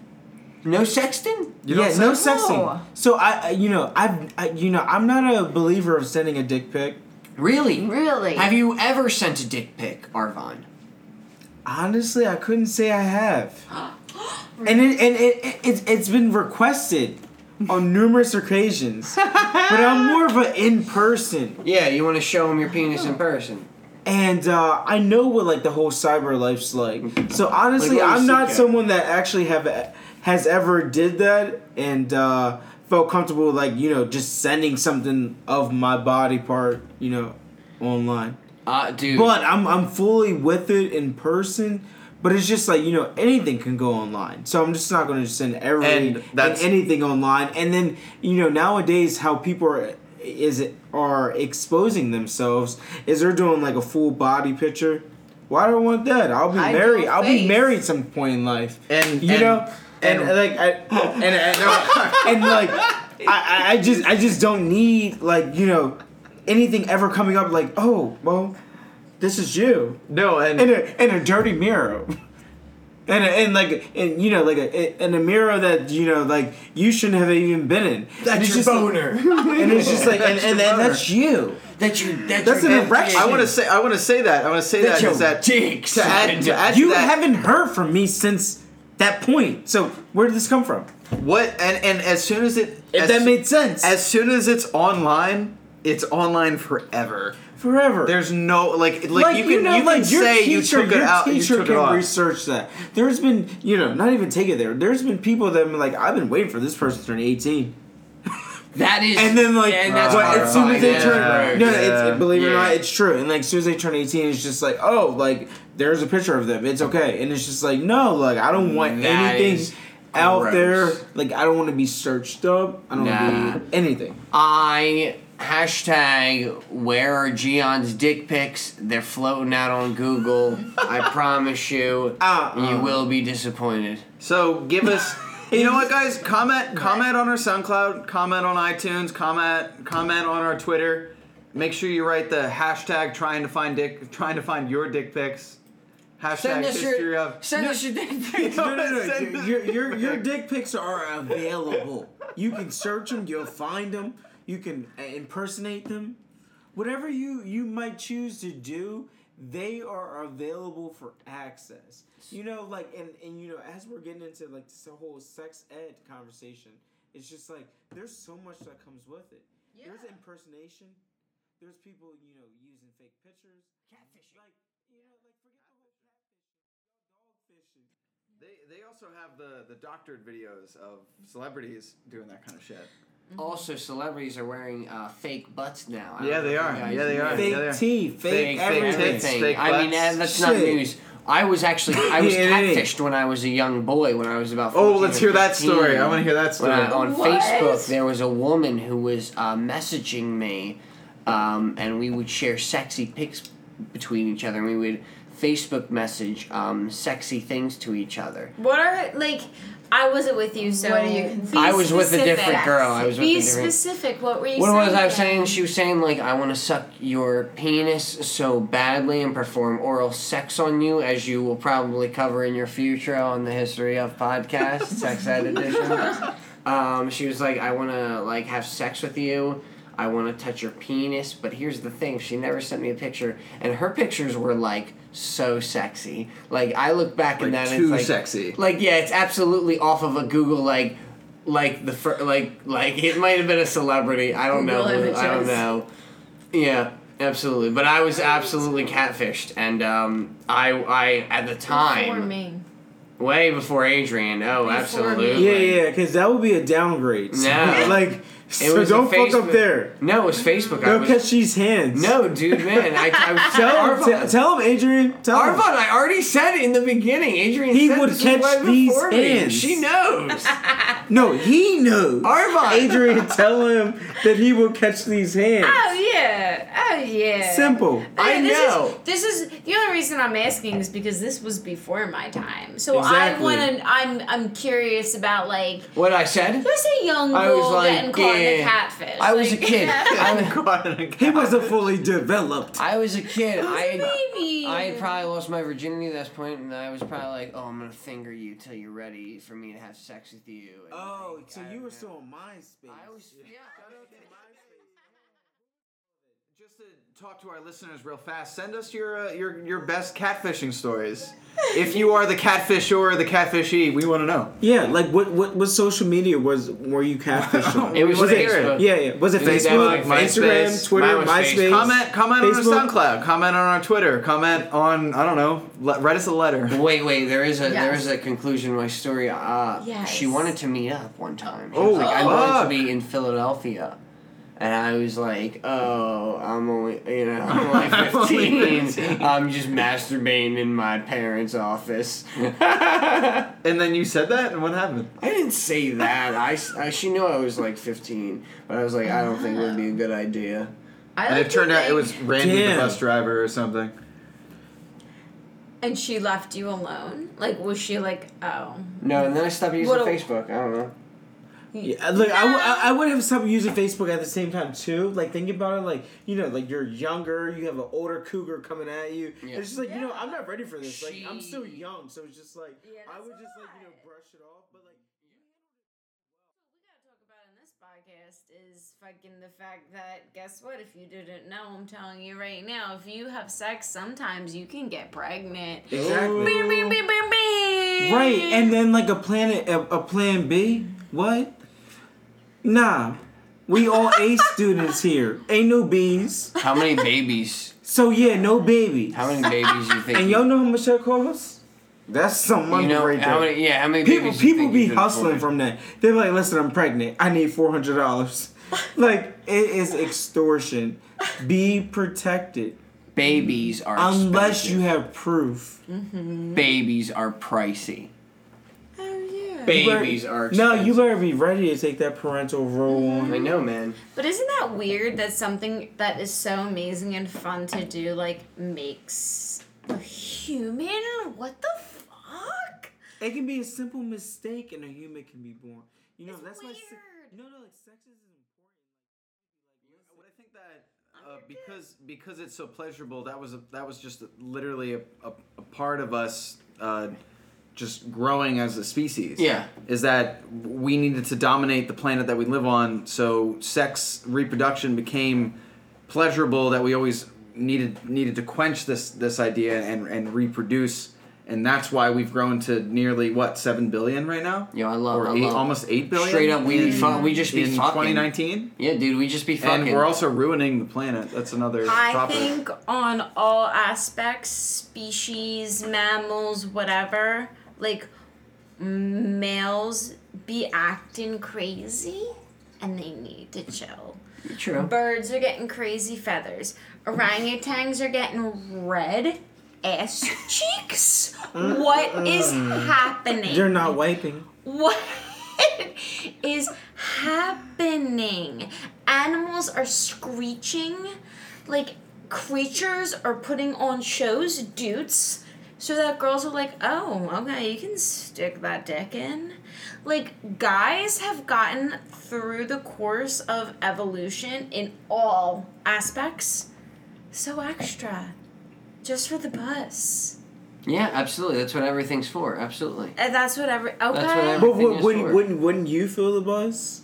Speaker 6: No sexting?
Speaker 5: yeah, no
Speaker 4: sex-
Speaker 5: sexting.
Speaker 4: No.
Speaker 5: So I, I- you know, I've, I, you know, I'm not a believer of sending a dick pic.
Speaker 6: Really?
Speaker 4: Really?
Speaker 6: Have you ever sent a dick pic, Arvon?
Speaker 5: Honestly, I couldn't say I have. and it, and it, it, it's it's been requested on numerous occasions, but I'm more of an in person.
Speaker 6: Yeah, you want to show him your penis in person.
Speaker 5: and uh, I know what like the whole cyber life's like. So honestly,
Speaker 6: Like, what
Speaker 5: I'm
Speaker 6: was
Speaker 5: not
Speaker 6: CK?
Speaker 5: someone that actually have has ever did that and uh, felt comfortable like you know just sending something of my body part you know online.
Speaker 6: Uh, dude.
Speaker 5: But I'm I'm fully with it in person. But it's just like you know anything can go online, so I'm just not going to send every
Speaker 2: And
Speaker 5: and
Speaker 2: that's-
Speaker 5: anything online. And then you know nowadays how people are is are exposing themselves is they're doing like a full body picture. Why do I want that? I'll be
Speaker 4: I
Speaker 5: married.
Speaker 4: know
Speaker 5: I'll be
Speaker 4: face.
Speaker 5: married some point in life.
Speaker 2: And-
Speaker 5: you
Speaker 2: and-
Speaker 5: know, and,
Speaker 2: and-
Speaker 5: like I, and uh, and, and like I, I- I just I just don't need like you know anything ever coming up like oh well this is you
Speaker 2: No, and
Speaker 5: in a in a dirty mirror. And, a, and like and you know like a in a mirror that you know like you shouldn't have even been in. And it's just like- and it's just like and,
Speaker 2: That's
Speaker 5: and,
Speaker 2: your
Speaker 5: and
Speaker 2: boner.
Speaker 5: that's you.
Speaker 6: That you. That
Speaker 5: That's
Speaker 6: you-
Speaker 5: an
Speaker 6: that-
Speaker 5: erection.
Speaker 2: I want to say I want to say that I want to say that
Speaker 5: your
Speaker 2: is that
Speaker 6: dick's
Speaker 2: to add to add
Speaker 5: You
Speaker 2: to that,
Speaker 5: haven't heard from me since that point. So where did this come from?
Speaker 2: what and and as soon as it
Speaker 5: If
Speaker 2: as,
Speaker 5: that made sense.
Speaker 2: as soon as it's online, it's online forever.
Speaker 5: forever.
Speaker 2: There's no like like, you can you, can
Speaker 5: your
Speaker 2: say you
Speaker 5: teacher-
Speaker 2: took it
Speaker 5: your
Speaker 2: out you
Speaker 5: Teacher
Speaker 2: took it
Speaker 5: can
Speaker 2: off.
Speaker 5: research that. There's been, you know, not even take it there. There's been people that have been like, I've been waiting for this person to turn 18,
Speaker 6: That is.
Speaker 5: and then like,
Speaker 6: and that's
Speaker 5: but as soon as they
Speaker 6: horrifying.
Speaker 5: turn,
Speaker 2: Yeah,
Speaker 5: no,
Speaker 2: yeah.
Speaker 5: it's, believe it or
Speaker 6: Yeah.
Speaker 5: not, it's true. And like, as soon as they turn 18, it's just like, oh, like there's a picture of them. It's okay, and it's just like, no, like I don't want
Speaker 6: That is
Speaker 5: anything out
Speaker 6: gross.
Speaker 5: there. Like I don't want to be searched up. I don't
Speaker 6: Nah.
Speaker 5: want to be anything.
Speaker 6: I hashtag where are Gion's dick pics? They're floating out on Google. I promise you,
Speaker 5: Uh-uh.
Speaker 6: you will be disappointed.
Speaker 2: So give us. You know what, guys? Comment, comment on our SoundCloud, comment on iTunes, comment, comment on our Twitter. Make sure you write the hashtag trying to find dick, trying to find your dick pics. Hashtag
Speaker 6: Send us
Speaker 2: history
Speaker 6: your.
Speaker 2: of.
Speaker 6: Send us your dick pics.
Speaker 5: No, no, no.
Speaker 2: Send us
Speaker 5: Your, your, your dick pics are available. You can search them. You'll find them. You can uh, impersonate them. Whatever you you might choose to do, they are available for access. You know, like and and you know, as we're getting into like this whole sex ed conversation, it's just like there's so much that comes with it. There's impersonation. There's people you know using fake pictures. Catfishing. Like you know, like forget the whole catfishing. Dog fishing.
Speaker 2: They, they also have the, the doctored videos of celebrities doing that kind of shit.
Speaker 6: Also, celebrities are wearing uh, fake butts now. I
Speaker 2: Yeah,
Speaker 6: don't
Speaker 2: they
Speaker 6: know if
Speaker 2: are.
Speaker 6: you guys
Speaker 2: Yeah, they
Speaker 6: know.
Speaker 2: are.
Speaker 5: fake
Speaker 2: Yeah, they are.
Speaker 5: teeth, fake,
Speaker 6: fake,
Speaker 5: everything.
Speaker 6: everything.
Speaker 2: fake
Speaker 6: I mean,
Speaker 2: butts.
Speaker 6: uh, that's not
Speaker 5: Shit.
Speaker 6: news. I was actually I was
Speaker 5: Yeah, it is.
Speaker 6: catfished when I was a young boy when I was about.
Speaker 2: Oh,
Speaker 6: 14
Speaker 2: let's
Speaker 6: or
Speaker 2: hear that
Speaker 6: 15.
Speaker 2: story. I want to hear that
Speaker 6: When
Speaker 2: story.
Speaker 6: I- on
Speaker 4: What?
Speaker 6: Facebook, there was a woman who was uh, messaging me, um, and we would share sexy pics between each other, and we would Facebook message um, sexy things to each other.
Speaker 3: What are like? I wasn't with you, so
Speaker 4: What do you consider-
Speaker 3: be
Speaker 6: I was with a
Speaker 3: specific.
Speaker 6: different girl. I was with
Speaker 3: be
Speaker 6: a different.
Speaker 3: specific. What were you?
Speaker 6: What
Speaker 3: saying
Speaker 6: was I
Speaker 3: then?
Speaker 6: saying? She was saying like, I want to suck your penis so badly and perform oral sex on you, as you will probably cover in your future on the history of podcast, sex ed edition. Um, she was like, I want to like have sex with you. I want to touch your penis, but here's the thing: she never sent me a picture, and her pictures were like so sexy. Like I look back
Speaker 2: Like,
Speaker 6: and that
Speaker 2: too
Speaker 6: it's like
Speaker 2: sexy.
Speaker 6: Like yeah, it's absolutely off of a Google like like the fir- like like it might have been a celebrity. I don't know.
Speaker 4: Google
Speaker 6: who- I don't
Speaker 4: images.
Speaker 6: know. Yeah, absolutely. But I was absolutely catfished, and um, I I at the
Speaker 3: Before
Speaker 6: time
Speaker 3: me.
Speaker 6: way before Adrian. Oh,
Speaker 3: Before me.
Speaker 6: absolutely.
Speaker 5: Yeah, yeah, because that would be a downgrade. So,
Speaker 6: No.
Speaker 5: like, so
Speaker 6: was a
Speaker 5: don't fuck up
Speaker 6: Facebook-
Speaker 5: there.
Speaker 6: No, it was Facebook. I
Speaker 5: Don't
Speaker 6: was-
Speaker 5: catch these hands.
Speaker 6: no, dude, man. I, I was
Speaker 5: Tell him,
Speaker 6: Arvon-
Speaker 5: t- tell him, Adrian. Tell
Speaker 6: Arvon,
Speaker 5: him.
Speaker 6: I already said it in the beginning. Adrian
Speaker 5: He
Speaker 6: said
Speaker 5: would
Speaker 6: this
Speaker 5: catch
Speaker 6: was way
Speaker 5: these
Speaker 6: before me.
Speaker 5: ends.
Speaker 6: She knows.
Speaker 5: No, he knows.
Speaker 6: Arvon.
Speaker 5: Adrian, tell him that he will catch these hands.
Speaker 6: Ah.
Speaker 3: Oh yeah. Oh yeah.
Speaker 5: Simple.
Speaker 6: I
Speaker 3: this is-
Speaker 6: know.
Speaker 3: this is the only reason I'm asking is because this was before my time. So
Speaker 5: Exactly.
Speaker 3: I want to. I'm I'm curious about like
Speaker 6: What I said?
Speaker 3: there's a young
Speaker 6: I was
Speaker 3: girl
Speaker 6: like,
Speaker 3: getting caught in a
Speaker 6: yeah.
Speaker 3: catfish.
Speaker 6: I was a
Speaker 3: Like,
Speaker 6: kid. I,
Speaker 5: He wasn't fully developed.
Speaker 6: I was a kid. I had,
Speaker 3: Baby.
Speaker 6: I had probably lost my virginity at that point, and I was probably like, "Oh, I'm gonna finger you till you're ready for me to have sex with you." and,
Speaker 5: Oh,
Speaker 6: like,
Speaker 5: so
Speaker 6: I
Speaker 5: you
Speaker 6: don't
Speaker 5: were
Speaker 6: know.
Speaker 5: still on MySpace.
Speaker 6: I was, yeah.
Speaker 2: Just to talk to our listeners real fast, send us your uh, your your best catfishing stories. if you are the catfish or the catfishy, we want to know.
Speaker 5: Yeah, like what what what social media was were you catfished on?
Speaker 6: It was
Speaker 5: was
Speaker 6: Facebook.
Speaker 5: It, yeah, yeah. Was it
Speaker 6: It was
Speaker 5: Facebook,
Speaker 6: definitely My-
Speaker 5: Instagram,
Speaker 6: MySpace.
Speaker 5: Twitter,
Speaker 6: Mine was
Speaker 5: MySpace?
Speaker 6: Facebook.
Speaker 2: Comment comment
Speaker 5: Facebook?
Speaker 2: on our SoundCloud. Comment on our Twitter. Comment on I don't know. le- write us a letter.
Speaker 6: Wait, wait. There is a there
Speaker 4: Yes.
Speaker 6: is a conclusion to my story. Uh,
Speaker 3: Yes.
Speaker 6: she wanted to meet up one time. She was
Speaker 2: Oh,
Speaker 6: like, I wanted
Speaker 2: fuck.
Speaker 6: to be in Philadelphia, and I was like, oh, I'm only you know I'm only
Speaker 2: I'm only
Speaker 6: fifteen. I'm just masturbating in my parents' office.
Speaker 2: And then you said that, and what happened?
Speaker 6: I didn't say that. I, s- I- she knew I was like 15, but I was like, I don't think it would be a good idea.
Speaker 4: I
Speaker 2: And
Speaker 4: like
Speaker 2: it
Speaker 4: to
Speaker 2: turned out it
Speaker 4: think-
Speaker 2: was Randy,
Speaker 5: Damn.
Speaker 2: the bus driver, or something.
Speaker 3: and she left you alone. Like was she like oh
Speaker 6: No, and then I stopped using
Speaker 3: What a-
Speaker 6: Facebook. I don't know.
Speaker 5: Yeah, like I, w- I- I would have stopped using Facebook at the same time too. Like think about it, like you know, like you're younger, you have an older cougar coming at you.
Speaker 6: Yeah.
Speaker 5: It's just like you know, I'm not ready for this. Like I'm still
Speaker 6: She-
Speaker 5: young, so it's just like
Speaker 3: Yeah,
Speaker 5: I
Speaker 3: that's
Speaker 5: would just like you know
Speaker 3: alright.
Speaker 5: brush it off. But like
Speaker 3: we gotta talk about in this podcast is fucking the fact that guess what? If you didn't know, I'm telling you right now. If you have sex, sometimes you can get pregnant.
Speaker 5: exactly
Speaker 3: Bing, bing, bing, bing, bing.
Speaker 5: right, and then like a plan a, a plan B. What? Nah, we all A students here. Ain't no B's.
Speaker 6: How many babies?
Speaker 5: So yeah, no babies.
Speaker 6: How many babies you think?
Speaker 5: And
Speaker 6: you,
Speaker 5: y'all know how much that costs? That's some money
Speaker 6: you know
Speaker 5: right there.
Speaker 6: how many? Yeah, how many
Speaker 5: people
Speaker 6: babies? you
Speaker 5: people
Speaker 6: think you
Speaker 5: be
Speaker 6: could
Speaker 5: hustling
Speaker 6: afford?
Speaker 5: from that. They're like, listen, I'm pregnant. I need four hundred dollars. like it is extortion. Be protected
Speaker 6: Babies are
Speaker 5: unless
Speaker 6: expensive.
Speaker 5: you have proof.
Speaker 6: Babies are pricey.
Speaker 3: Oh, yeah.
Speaker 6: Babies are.
Speaker 5: No,
Speaker 6: Expensive.
Speaker 5: you better be ready to take that parental role
Speaker 6: I
Speaker 5: on.
Speaker 6: know, man.
Speaker 3: But isn't that weird that something that is so amazing and fun to do like makes a human? What the fuck?
Speaker 5: It can be a simple mistake, and a human can be born. You know,
Speaker 3: It's
Speaker 5: that's why. se-
Speaker 3: weird.
Speaker 5: No, no, like sex is important.
Speaker 2: What I think that uh, because because it's so pleasurable, that was a, that was just literally a, a, a part of us uh, just growing as a species.
Speaker 6: Yeah.
Speaker 2: is that we needed to dominate the planet that we live on, so sex reproduction became pleasurable that we always needed needed to quench this this idea and and reproduce. And that's why we've grown to nearly what seven billion right now.
Speaker 6: Yo, I love-
Speaker 2: Or
Speaker 6: I
Speaker 2: eight-
Speaker 6: love-
Speaker 2: almost eight billion.
Speaker 6: Straight up, we
Speaker 2: in,
Speaker 6: fu- we just be
Speaker 2: in
Speaker 6: fucking.
Speaker 2: 2019.
Speaker 6: Yeah, dude, we just be fucking.
Speaker 2: And we're also ruining the planet. That's another
Speaker 3: I
Speaker 2: topic.
Speaker 3: think on all aspects, species, mammals, whatever, like males be acting crazy and they need to chill.
Speaker 6: true.
Speaker 3: Birds are getting crazy feathers. Orangutans are getting red ass cheeks. What is happening?
Speaker 5: You're not wiping.
Speaker 3: what is happening? Animals are screeching, like creatures are putting on shows, dudes, so that girls are like, oh, okay, you can stick that dick in. Like guys have gotten through the course of evolution in all aspects. So extra. Just for the bus.
Speaker 1: Yeah, absolutely. That's what everything's for. Absolutely.
Speaker 3: And that's what every okay.
Speaker 1: what every-
Speaker 5: But
Speaker 1: Everything
Speaker 5: would,
Speaker 1: is
Speaker 5: wouldn't,
Speaker 1: short.
Speaker 5: wouldn't, wouldn't you feel the buzz?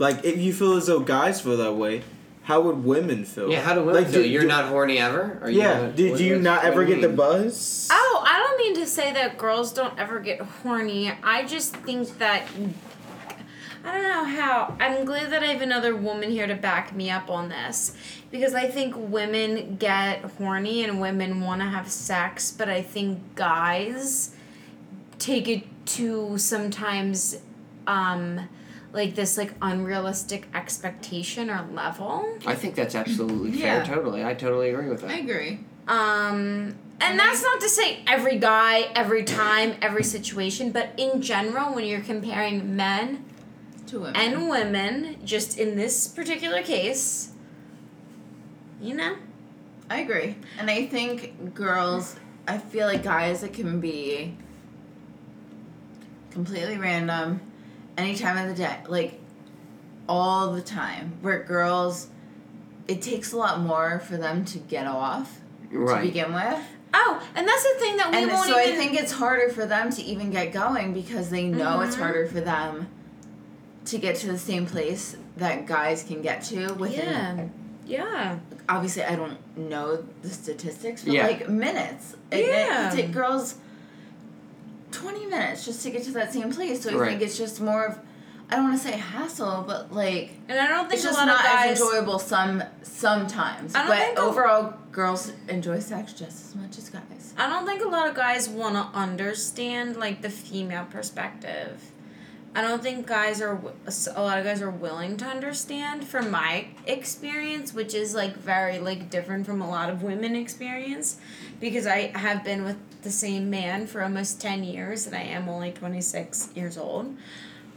Speaker 5: Like, if you feel as though guys feel that way, how would women feel?
Speaker 1: Yeah, how do women
Speaker 5: Like,
Speaker 1: feel?
Speaker 5: do-
Speaker 1: You're
Speaker 5: do-
Speaker 1: not horny ever? Are
Speaker 5: yeah,
Speaker 1: You not-
Speaker 5: did
Speaker 1: what-
Speaker 5: you
Speaker 1: what's-
Speaker 5: not
Speaker 1: what
Speaker 5: ever
Speaker 1: do you
Speaker 5: get the
Speaker 1: mean?
Speaker 5: buzz?
Speaker 3: Oh, I don't mean to say that girls don't ever get horny. I just think that I don't know how. I'm glad that I have another woman here to back me up on this because I think women get horny and women want to have sex, but I think guys take it to sometimes um like this like unrealistic expectation or level.
Speaker 1: I think that's absolutely
Speaker 4: Yeah.
Speaker 1: fair. Totally, I totally agree with that.
Speaker 4: I agree.
Speaker 3: Um, and that's not to say every guy, every time, every situation, but in general, when you're comparing men
Speaker 4: To women.
Speaker 3: and women, just in this particular case, you know?
Speaker 4: I agree. And I think girls, I feel like guys, it can be completely random, any time of the day, like all the time. Where girls, it takes a lot more for them to get off to
Speaker 1: right.
Speaker 4: begin with.
Speaker 3: Oh, and that's the thing that we
Speaker 4: And
Speaker 3: won't
Speaker 4: so
Speaker 3: even.
Speaker 4: I think it's harder for them to even get going because they know it's
Speaker 3: Mm-hmm.
Speaker 4: harder for them to get to the same place that guys can get to within
Speaker 3: yeah. Yeah.
Speaker 4: obviously I don't know the statistics, but
Speaker 1: Yeah.
Speaker 4: like minutes. It,
Speaker 3: Yeah.
Speaker 4: it could take girls twenty minutes just to get to that same place. So I
Speaker 1: Right.
Speaker 4: think it's just more of I don't want to say hassle, but like
Speaker 3: And I don't think
Speaker 4: it's
Speaker 3: a
Speaker 4: just
Speaker 3: lot
Speaker 4: not
Speaker 3: of guys.
Speaker 4: as enjoyable some sometimes.
Speaker 3: I don't
Speaker 4: but
Speaker 3: think a-
Speaker 4: overall, girls enjoy sex just as much as guys.
Speaker 3: I don't think a lot of guys want to understand like the female perspective. I don't think guys are wi- a lot of guys are willing to understand from my experience, which is like very like different from a lot of women experience because I have been with the same man for almost 10 years and I am only 26 years old.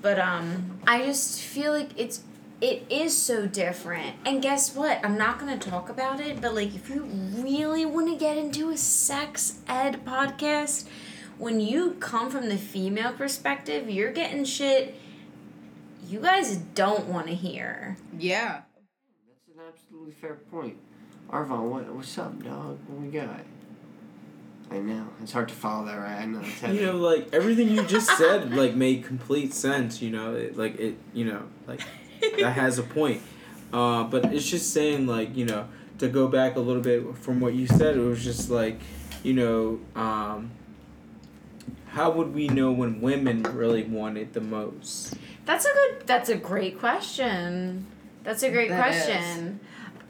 Speaker 3: But um I just feel like it's it is so different. And guess what? I'm not gonna talk about it, but like if you really wanna get into a sex ed podcast, when you come from the female perspective, you're getting shit you guys don't wanna hear.
Speaker 6: Yeah.
Speaker 1: That's an absolutely fair point. Arvon, what, what's up, dog? What we got? I know it's hard to follow that, right? I know it's heavy.
Speaker 5: You know, like everything you just said, like made complete sense. You know, it, like it, you know, like that has a point. Uh, but it's just saying, like you know, to go back a little bit from what you said, it was just like, you know, um, how would we know when women really want it the most?
Speaker 3: That's a good that's a great question. That's a great
Speaker 4: That is.
Speaker 3: question.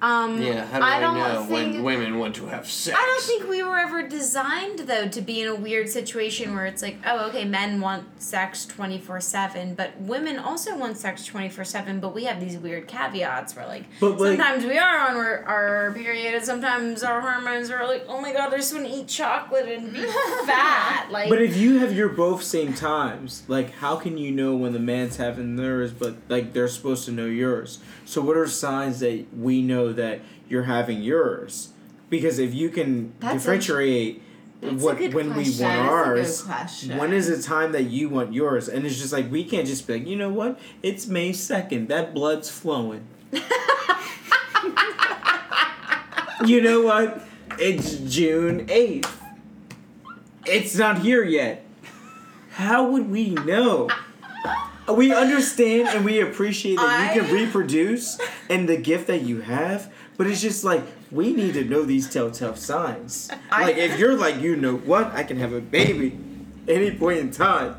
Speaker 3: Um
Speaker 1: yeah, how do I,
Speaker 3: I don't
Speaker 1: know
Speaker 3: think
Speaker 1: when women want to have sex?
Speaker 3: I don't think we were ever designed though to be in a weird situation where it's like, oh, okay, men want sex twenty four seven, but women also want sex twenty four seven. But we have these weird caveats where like,
Speaker 5: But, like-
Speaker 3: sometimes we are on our, our period, and sometimes our hormones are like, oh my god, I just want to eat chocolate and be fat. Like,
Speaker 5: But if you have your both same times, like how can you know when the man's having theirs, but like they're supposed to know yours? So what are signs that we know that you're having yours? Because if you can
Speaker 4: That's a-
Speaker 5: differentiate
Speaker 4: that's a
Speaker 5: what
Speaker 4: good
Speaker 5: when we
Speaker 4: question.
Speaker 5: want
Speaker 4: That is a good
Speaker 5: ours,
Speaker 4: question.
Speaker 5: when is the time that you want yours? And it's just like we can't just be like, you know what? It's May second. That blood's flowing. you know what? It's June eighth. It's not here yet. How would we know? We understand and we appreciate that you can reproduce and the gift that you have, but it's just like we need to know these telltale signs. like if you're like, you know what, I can have a baby any point in time.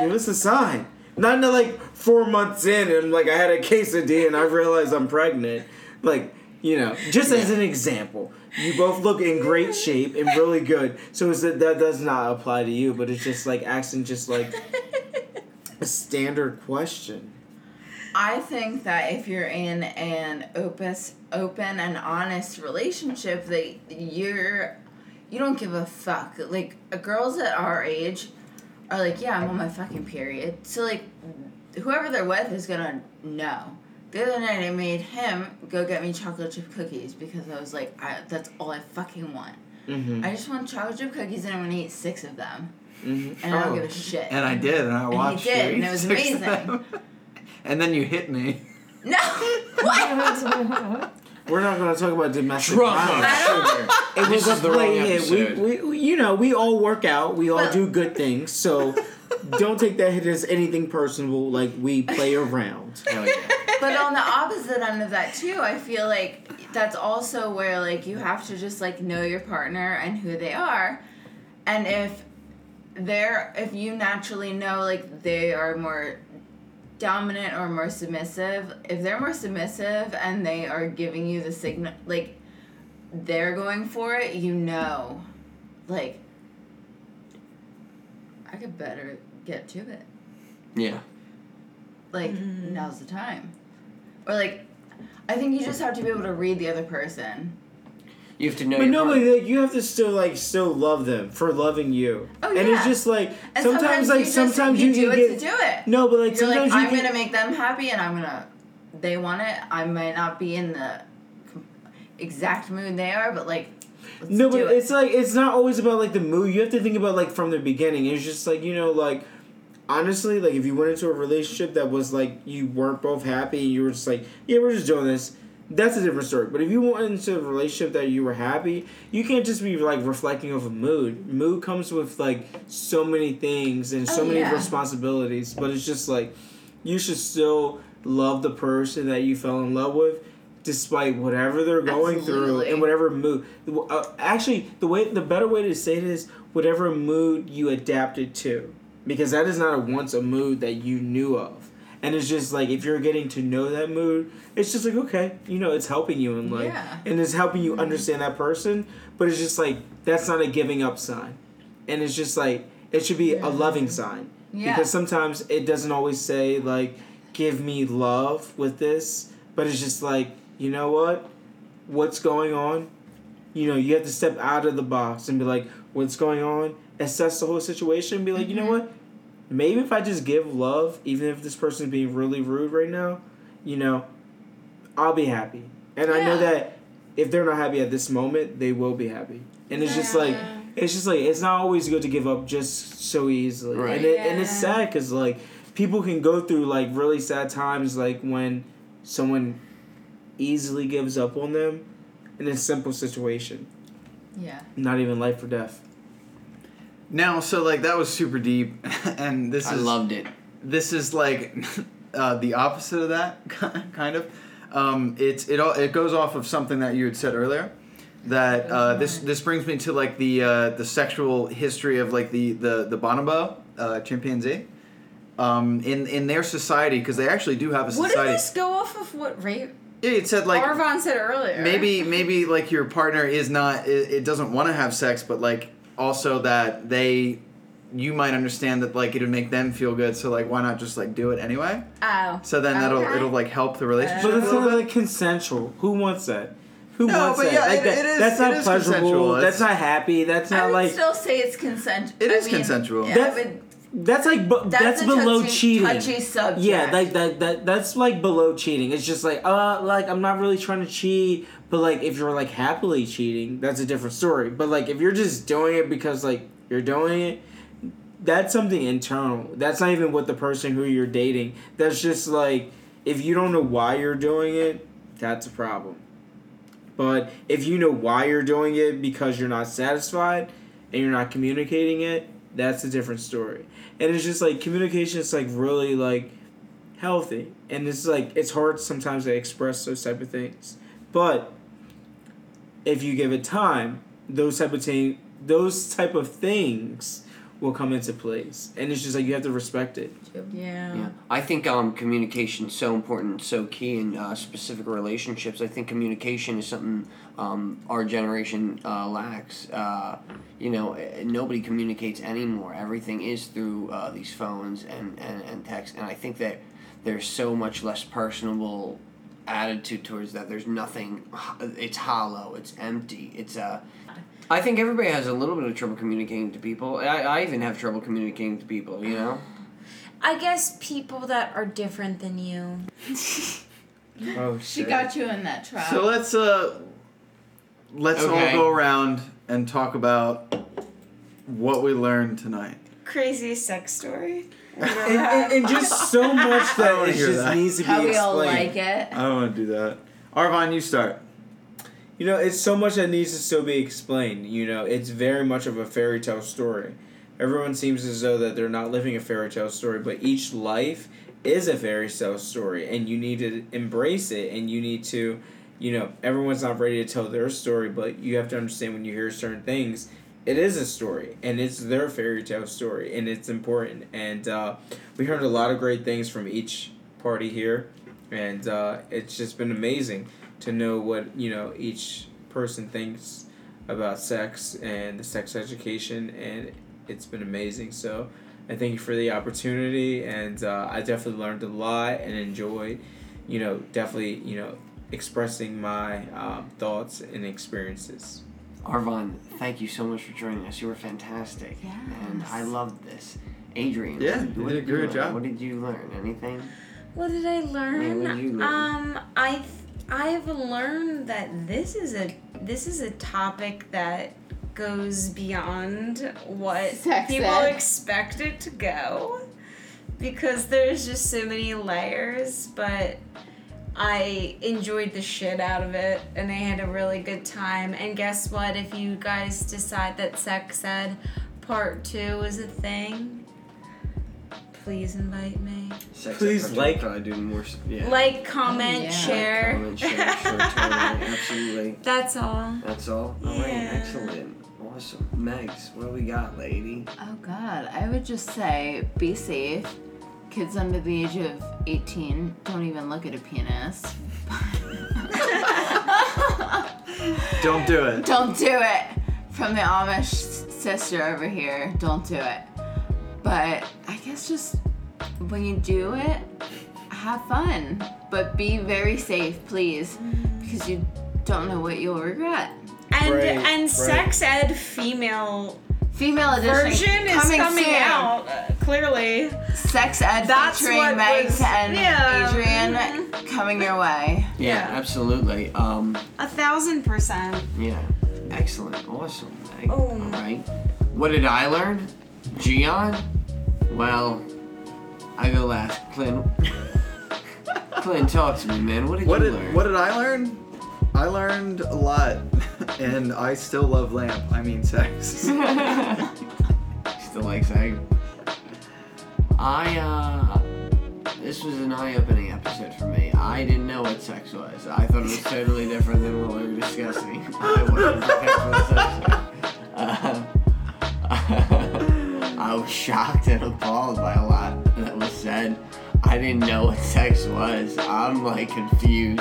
Speaker 5: Give us a sign. Not not like four months in and like I had a quesadilla and I realized I'm pregnant. Like, you know, just as an example. You both look in great shape and really good. So it's that that does not apply to you, but it's just like asking just like a standard question.
Speaker 4: I think that if you're in an opus, open and honest relationship, that you're, you don't give a fuck. Like girls at our age, are like, yeah, I'm on my fucking period. So like, whoever they're with is gonna know. The other night, I made him go get me chocolate chip cookies because I was
Speaker 2: Mm-hmm.
Speaker 4: like, I, that's all I fucking want. I just want chocolate chip cookies and I'm gonna eat six of them. and I don't
Speaker 2: Oh.
Speaker 4: give a shit.
Speaker 2: And I did, and I
Speaker 4: he
Speaker 2: watched
Speaker 4: did,
Speaker 2: you
Speaker 4: and
Speaker 2: eat
Speaker 4: it was
Speaker 2: six
Speaker 4: amazing.
Speaker 2: of them. and then you hit me.
Speaker 4: no,
Speaker 5: what? We're not going to talk about domestic
Speaker 1: Drunk
Speaker 5: violence.
Speaker 1: on sugar.
Speaker 5: It
Speaker 1: This is
Speaker 5: was a
Speaker 1: the wrong
Speaker 5: play hit. We,
Speaker 1: episode.
Speaker 5: we, we- you know, we all work out. We all
Speaker 4: Well-
Speaker 5: do good things. So don't take that hit as anything personal. Like we play around.
Speaker 1: Hell yeah.
Speaker 4: but on the opposite end of that too, I feel like that's also where like you have to just like know your partner and who they are, and if they're if you naturally know like they are more dominant or more submissive, if they're more submissive and they are giving you the signal like they're going for it, you know, like I could better get to it
Speaker 1: Yeah.
Speaker 4: like
Speaker 5: Mm-hmm.
Speaker 4: now's the time or like i think you just have to be able to read the other person
Speaker 1: You have to know.
Speaker 5: But
Speaker 1: your
Speaker 5: no, but
Speaker 1: partner.
Speaker 5: like, you have to still like still love them for loving you.
Speaker 4: Oh,
Speaker 5: And it's
Speaker 4: yeah.
Speaker 5: just like
Speaker 4: and
Speaker 5: sometimes, like
Speaker 4: you just-
Speaker 5: sometimes
Speaker 4: you,
Speaker 5: you,
Speaker 4: do
Speaker 5: can
Speaker 4: it
Speaker 5: get
Speaker 4: to do it
Speaker 5: no, but like
Speaker 4: you're like
Speaker 5: sometimes
Speaker 4: i'm
Speaker 5: you
Speaker 4: gonna
Speaker 5: can,
Speaker 4: make them happy and i'm gonna they want it i might not be in the com- exact mood they are but like let's
Speaker 5: no,
Speaker 4: do
Speaker 5: but
Speaker 4: it.
Speaker 5: it's like it's not always about like the mood. You have to think about like from the beginning. It's just like you know like. Honestly, like if you went into a relationship that was like you weren't both happy and you were just like, yeah, we're just doing this, that's a different story. But if you went into a relationship that you were happy, you can't just be like reflecting of a mood. Mood comes with like so many things and so
Speaker 4: Oh,
Speaker 5: many
Speaker 4: yeah.
Speaker 5: responsibilities, but it's just like you should still love the person that you fell in love with despite whatever they're going through
Speaker 4: Absolutely.
Speaker 5: and whatever mood uh, actually the way the better way to say it is whatever mood you adapted to because that is not a once a mood that you knew of and it's just like if you're getting to know that mood it's just like okay you know it's helping you in life
Speaker 4: Yeah. Mm-hmm.
Speaker 5: and it's helping you understand that person but it's just like that's not a giving up sign and it's just like it should be a loving sign
Speaker 4: Yeah.
Speaker 5: because sometimes it doesn't always say like give me love with this but it's just like you know what what's going on you know you have to step out of the box and be like what's going on assess the whole situation and be like you
Speaker 4: Mm-hmm.
Speaker 5: know what maybe if i just give love even if this person is being really rude right now you know i'll be happy and i know
Speaker 4: Yeah.
Speaker 5: that if they're not happy at this moment they will be happy and it's just like
Speaker 3: Yeah.
Speaker 5: it's just like it's not always good to give up just so easily
Speaker 1: Right.
Speaker 5: and, it, and it's
Speaker 4: Yeah.
Speaker 5: sad because like people can go through like really sad times like when someone easily gives up on them in a simple situation
Speaker 4: yeah
Speaker 5: not even life or death
Speaker 2: Now, so like that was super deep, and this
Speaker 1: I
Speaker 2: is
Speaker 1: loved it.
Speaker 2: this is like uh, the opposite of that kind of um, it's it all it goes off of something that you had said earlier that uh, this this brings me to like the uh, the sexual history of like the the the bonobo uh, chimpanzee um, in in their society because they actually do have a
Speaker 6: What did
Speaker 2: society
Speaker 6: this go off of what rape
Speaker 2: Yeah, it said like
Speaker 6: Arvon said earlier?
Speaker 2: maybe maybe like your partner is not it, it doesn't want to have sex but like also that they you might understand that like it would make them feel good so like why not just like do it anyway
Speaker 4: oh
Speaker 2: so then that'll
Speaker 4: Okay.
Speaker 2: it'll like help the relationship.
Speaker 5: but
Speaker 2: a
Speaker 5: it's
Speaker 2: little
Speaker 5: not
Speaker 2: bit.
Speaker 5: like consensual who wants that who
Speaker 2: No,
Speaker 5: wants
Speaker 2: but
Speaker 5: that?
Speaker 2: yeah,
Speaker 5: like
Speaker 2: it-
Speaker 5: that,
Speaker 2: it is-
Speaker 5: that's
Speaker 2: it
Speaker 5: not
Speaker 2: is
Speaker 5: pleasurable
Speaker 2: consensual.
Speaker 5: that's
Speaker 2: It's-
Speaker 5: not happy that's
Speaker 4: I
Speaker 5: not
Speaker 4: would
Speaker 5: like
Speaker 4: still say it's consent.
Speaker 2: It
Speaker 4: I
Speaker 2: is
Speaker 4: mean,
Speaker 2: consensual.
Speaker 4: yeah, I
Speaker 5: That's-
Speaker 4: would-
Speaker 5: that's like bu- that's,
Speaker 4: a
Speaker 5: below
Speaker 4: touchy,
Speaker 5: cheating
Speaker 4: Touchy subject.
Speaker 5: Yeah, like that, that that's like below cheating. It's just like uh like I'm not really trying to cheat, but like if you're like happily cheating, that's a different story. But like if you're just doing it because like you're doing it, that's something internal. That's not even with the person who you're dating. That's just like if you don't know why you're doing it, that's a problem. But if you know why you're doing it because you're not satisfied and you're not communicating it, that's a different story. And it's just like communication is like really like healthy. And it's like it's hard sometimes to express those type of things. But if you give it time, those type of thing, those type of things will come into place. And it's just like you have to respect it.
Speaker 6: Yeah.
Speaker 1: Yeah, I think um, communication is so important, so key in uh, specific relationships. I think communication is something um, our generation uh, lacks. Uh, you know, eh, nobody communicates anymore. Everything is through uh, these phones and, and, and text. And I think that there's so much less personable attitude towards that. There's nothing, it's hollow, it's empty, it's Uh, I think everybody has a little bit of trouble communicating to people. I, I even have trouble communicating to people, you know?
Speaker 3: I guess people that are different than you.
Speaker 5: Oh
Speaker 4: She got you in that trap.
Speaker 2: So let's uh let's
Speaker 1: Okay.
Speaker 2: all go around and talk about what we learned tonight.
Speaker 3: crazy sex story?
Speaker 5: and, and, and just so much that
Speaker 2: wanna
Speaker 5: it
Speaker 2: hear
Speaker 5: just
Speaker 2: that.
Speaker 5: needs to be
Speaker 4: How we
Speaker 5: explained.
Speaker 4: all like it.
Speaker 5: I don't want to do that.
Speaker 2: Arvon, you start.
Speaker 5: You know, it's so much that needs to still be explained. You know, it's very much of a fairy tale story. Everyone seems as though that they're not living a fairy tale story, but each life is a fairy tale story, and you need to embrace it, and you need to, you know, everyone's not ready to tell their story, but you have to understand when you hear certain things, it is a story, and it's their fairy tale story, and it's important. And uh, we heard a lot of great things from each party here, and uh, it's just been amazing to know what you know each person thinks about sex and the sex education and it's been amazing so i thank you for the opportunity and uh, i definitely learned a lot and enjoyed you know definitely you know expressing my um, thoughts and experiences
Speaker 6: Arvon, thank you so much for joining us. You were fantastic. And I loved this. Adrian,
Speaker 2: Yeah, you
Speaker 6: what
Speaker 2: did a
Speaker 6: you
Speaker 2: great
Speaker 6: learn?
Speaker 2: job.
Speaker 6: What did you learn? Anything?
Speaker 3: What did I learn?
Speaker 6: what did you learn?
Speaker 3: Um, I th- I've learned that this is a this is a topic that goes beyond what
Speaker 4: Sex
Speaker 3: people
Speaker 4: ed.
Speaker 3: expect it to go because there's just so many layers, but I enjoyed the shit out of it and I had a really good time. And guess what? If you guys decide that sex ed part two is a thing, please invite me.
Speaker 6: Sex
Speaker 5: Please
Speaker 6: ed project,
Speaker 5: like-
Speaker 6: probably do more. s- Yeah.
Speaker 3: Like, comment,
Speaker 4: Oh, yeah.
Speaker 3: share.
Speaker 6: Comment, share, short term, absolutely.
Speaker 3: That's all.
Speaker 6: That's all. All right,
Speaker 3: Yeah.
Speaker 6: excellent, awesome. Megs, what do we got, lady?
Speaker 4: Oh God, I would just say be safe. Kids under the age of 18 don't even look at a penis.
Speaker 2: Don't do it.
Speaker 4: don't do it. From the Amish s- sister over here, don't do it. But I guess just when you do it, have fun, but be very safe, please, because you don't know what you'll regret.
Speaker 3: And
Speaker 5: Right,
Speaker 3: and
Speaker 5: right.
Speaker 3: sex ed female
Speaker 4: Female edition
Speaker 3: version is coming,
Speaker 4: soon.
Speaker 3: out. uh, Clearly,
Speaker 4: Sex ed
Speaker 3: That's
Speaker 4: featuring
Speaker 3: what
Speaker 4: Megs
Speaker 3: was-
Speaker 4: and
Speaker 3: yeah.
Speaker 4: Adrian coming your way.
Speaker 6: Yeah, absolutely. Um,
Speaker 3: a thousand percent.
Speaker 6: yeah, excellent, awesome. Meg.
Speaker 3: Oh.
Speaker 6: All right. What did I learn? Gion? Well, I go last. Clint. Clint, talk to me, man. What did
Speaker 2: What
Speaker 6: you
Speaker 2: did
Speaker 6: learn?
Speaker 2: what did I learn? I learned a lot, and I still love lamp. I mean sex.
Speaker 6: Still likes egg. I uh this was an eye-opening episode for me. I didn't know what sex was. I thought it was totally different than what we were discussing. I wasn't prepared for this episode. Uh, I was shocked and appalled by a lot that was said. I didn't know what sex was. I'm like confused.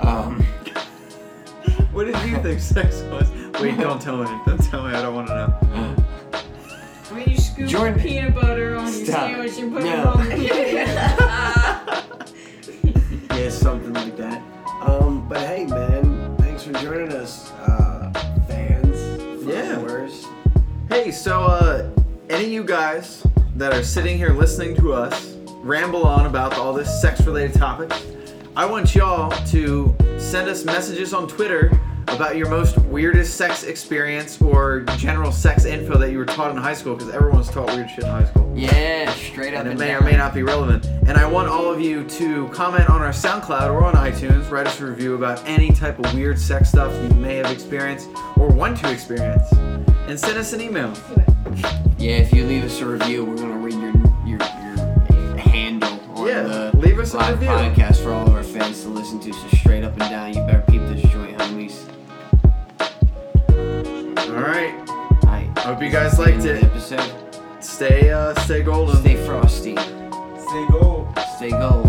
Speaker 6: Um,
Speaker 2: what did you think sex was? Wait, don't tell me. Don't tell me. I don't want to know.
Speaker 11: When you scoop
Speaker 6: Jordan-
Speaker 11: peanut butter on your
Speaker 6: Stop.
Speaker 11: sandwich and put
Speaker 6: No.
Speaker 11: it on the
Speaker 6: Yeah, something like that. Um, but hey, man, thanks for joining us, uh, fans,
Speaker 2: Yeah.
Speaker 6: followers.
Speaker 2: Hey, so uh, any of you guys that are sitting here listening to us ramble on about all this sex-related topics, I want y'all to send us messages on Twitter about your most weirdest sex experience or general sex info that you were taught in high school, because everyone's taught weird shit in high school.
Speaker 6: Yeah, straight up
Speaker 2: And it
Speaker 6: and
Speaker 2: may or
Speaker 6: down.
Speaker 2: may not be relevant. And I want all of you to comment on our SoundCloud or on iTunes, write us a review about any type of weird sex stuff you may have experienced or want to experience, and send us an email.
Speaker 6: Yeah, if you leave us a review, we're gonna read your your, your handle on
Speaker 2: Yeah,
Speaker 6: the
Speaker 2: leave us a
Speaker 6: live
Speaker 2: review.
Speaker 6: podcast for all of our fans to listen to. So straight up and down, you better peep this joint, homies.
Speaker 2: All right.
Speaker 6: I
Speaker 2: Hope you guys liked it.
Speaker 6: Episode.
Speaker 2: Stay uh, stay golden.
Speaker 6: Stay frosty.
Speaker 5: say go
Speaker 6: Stay gold.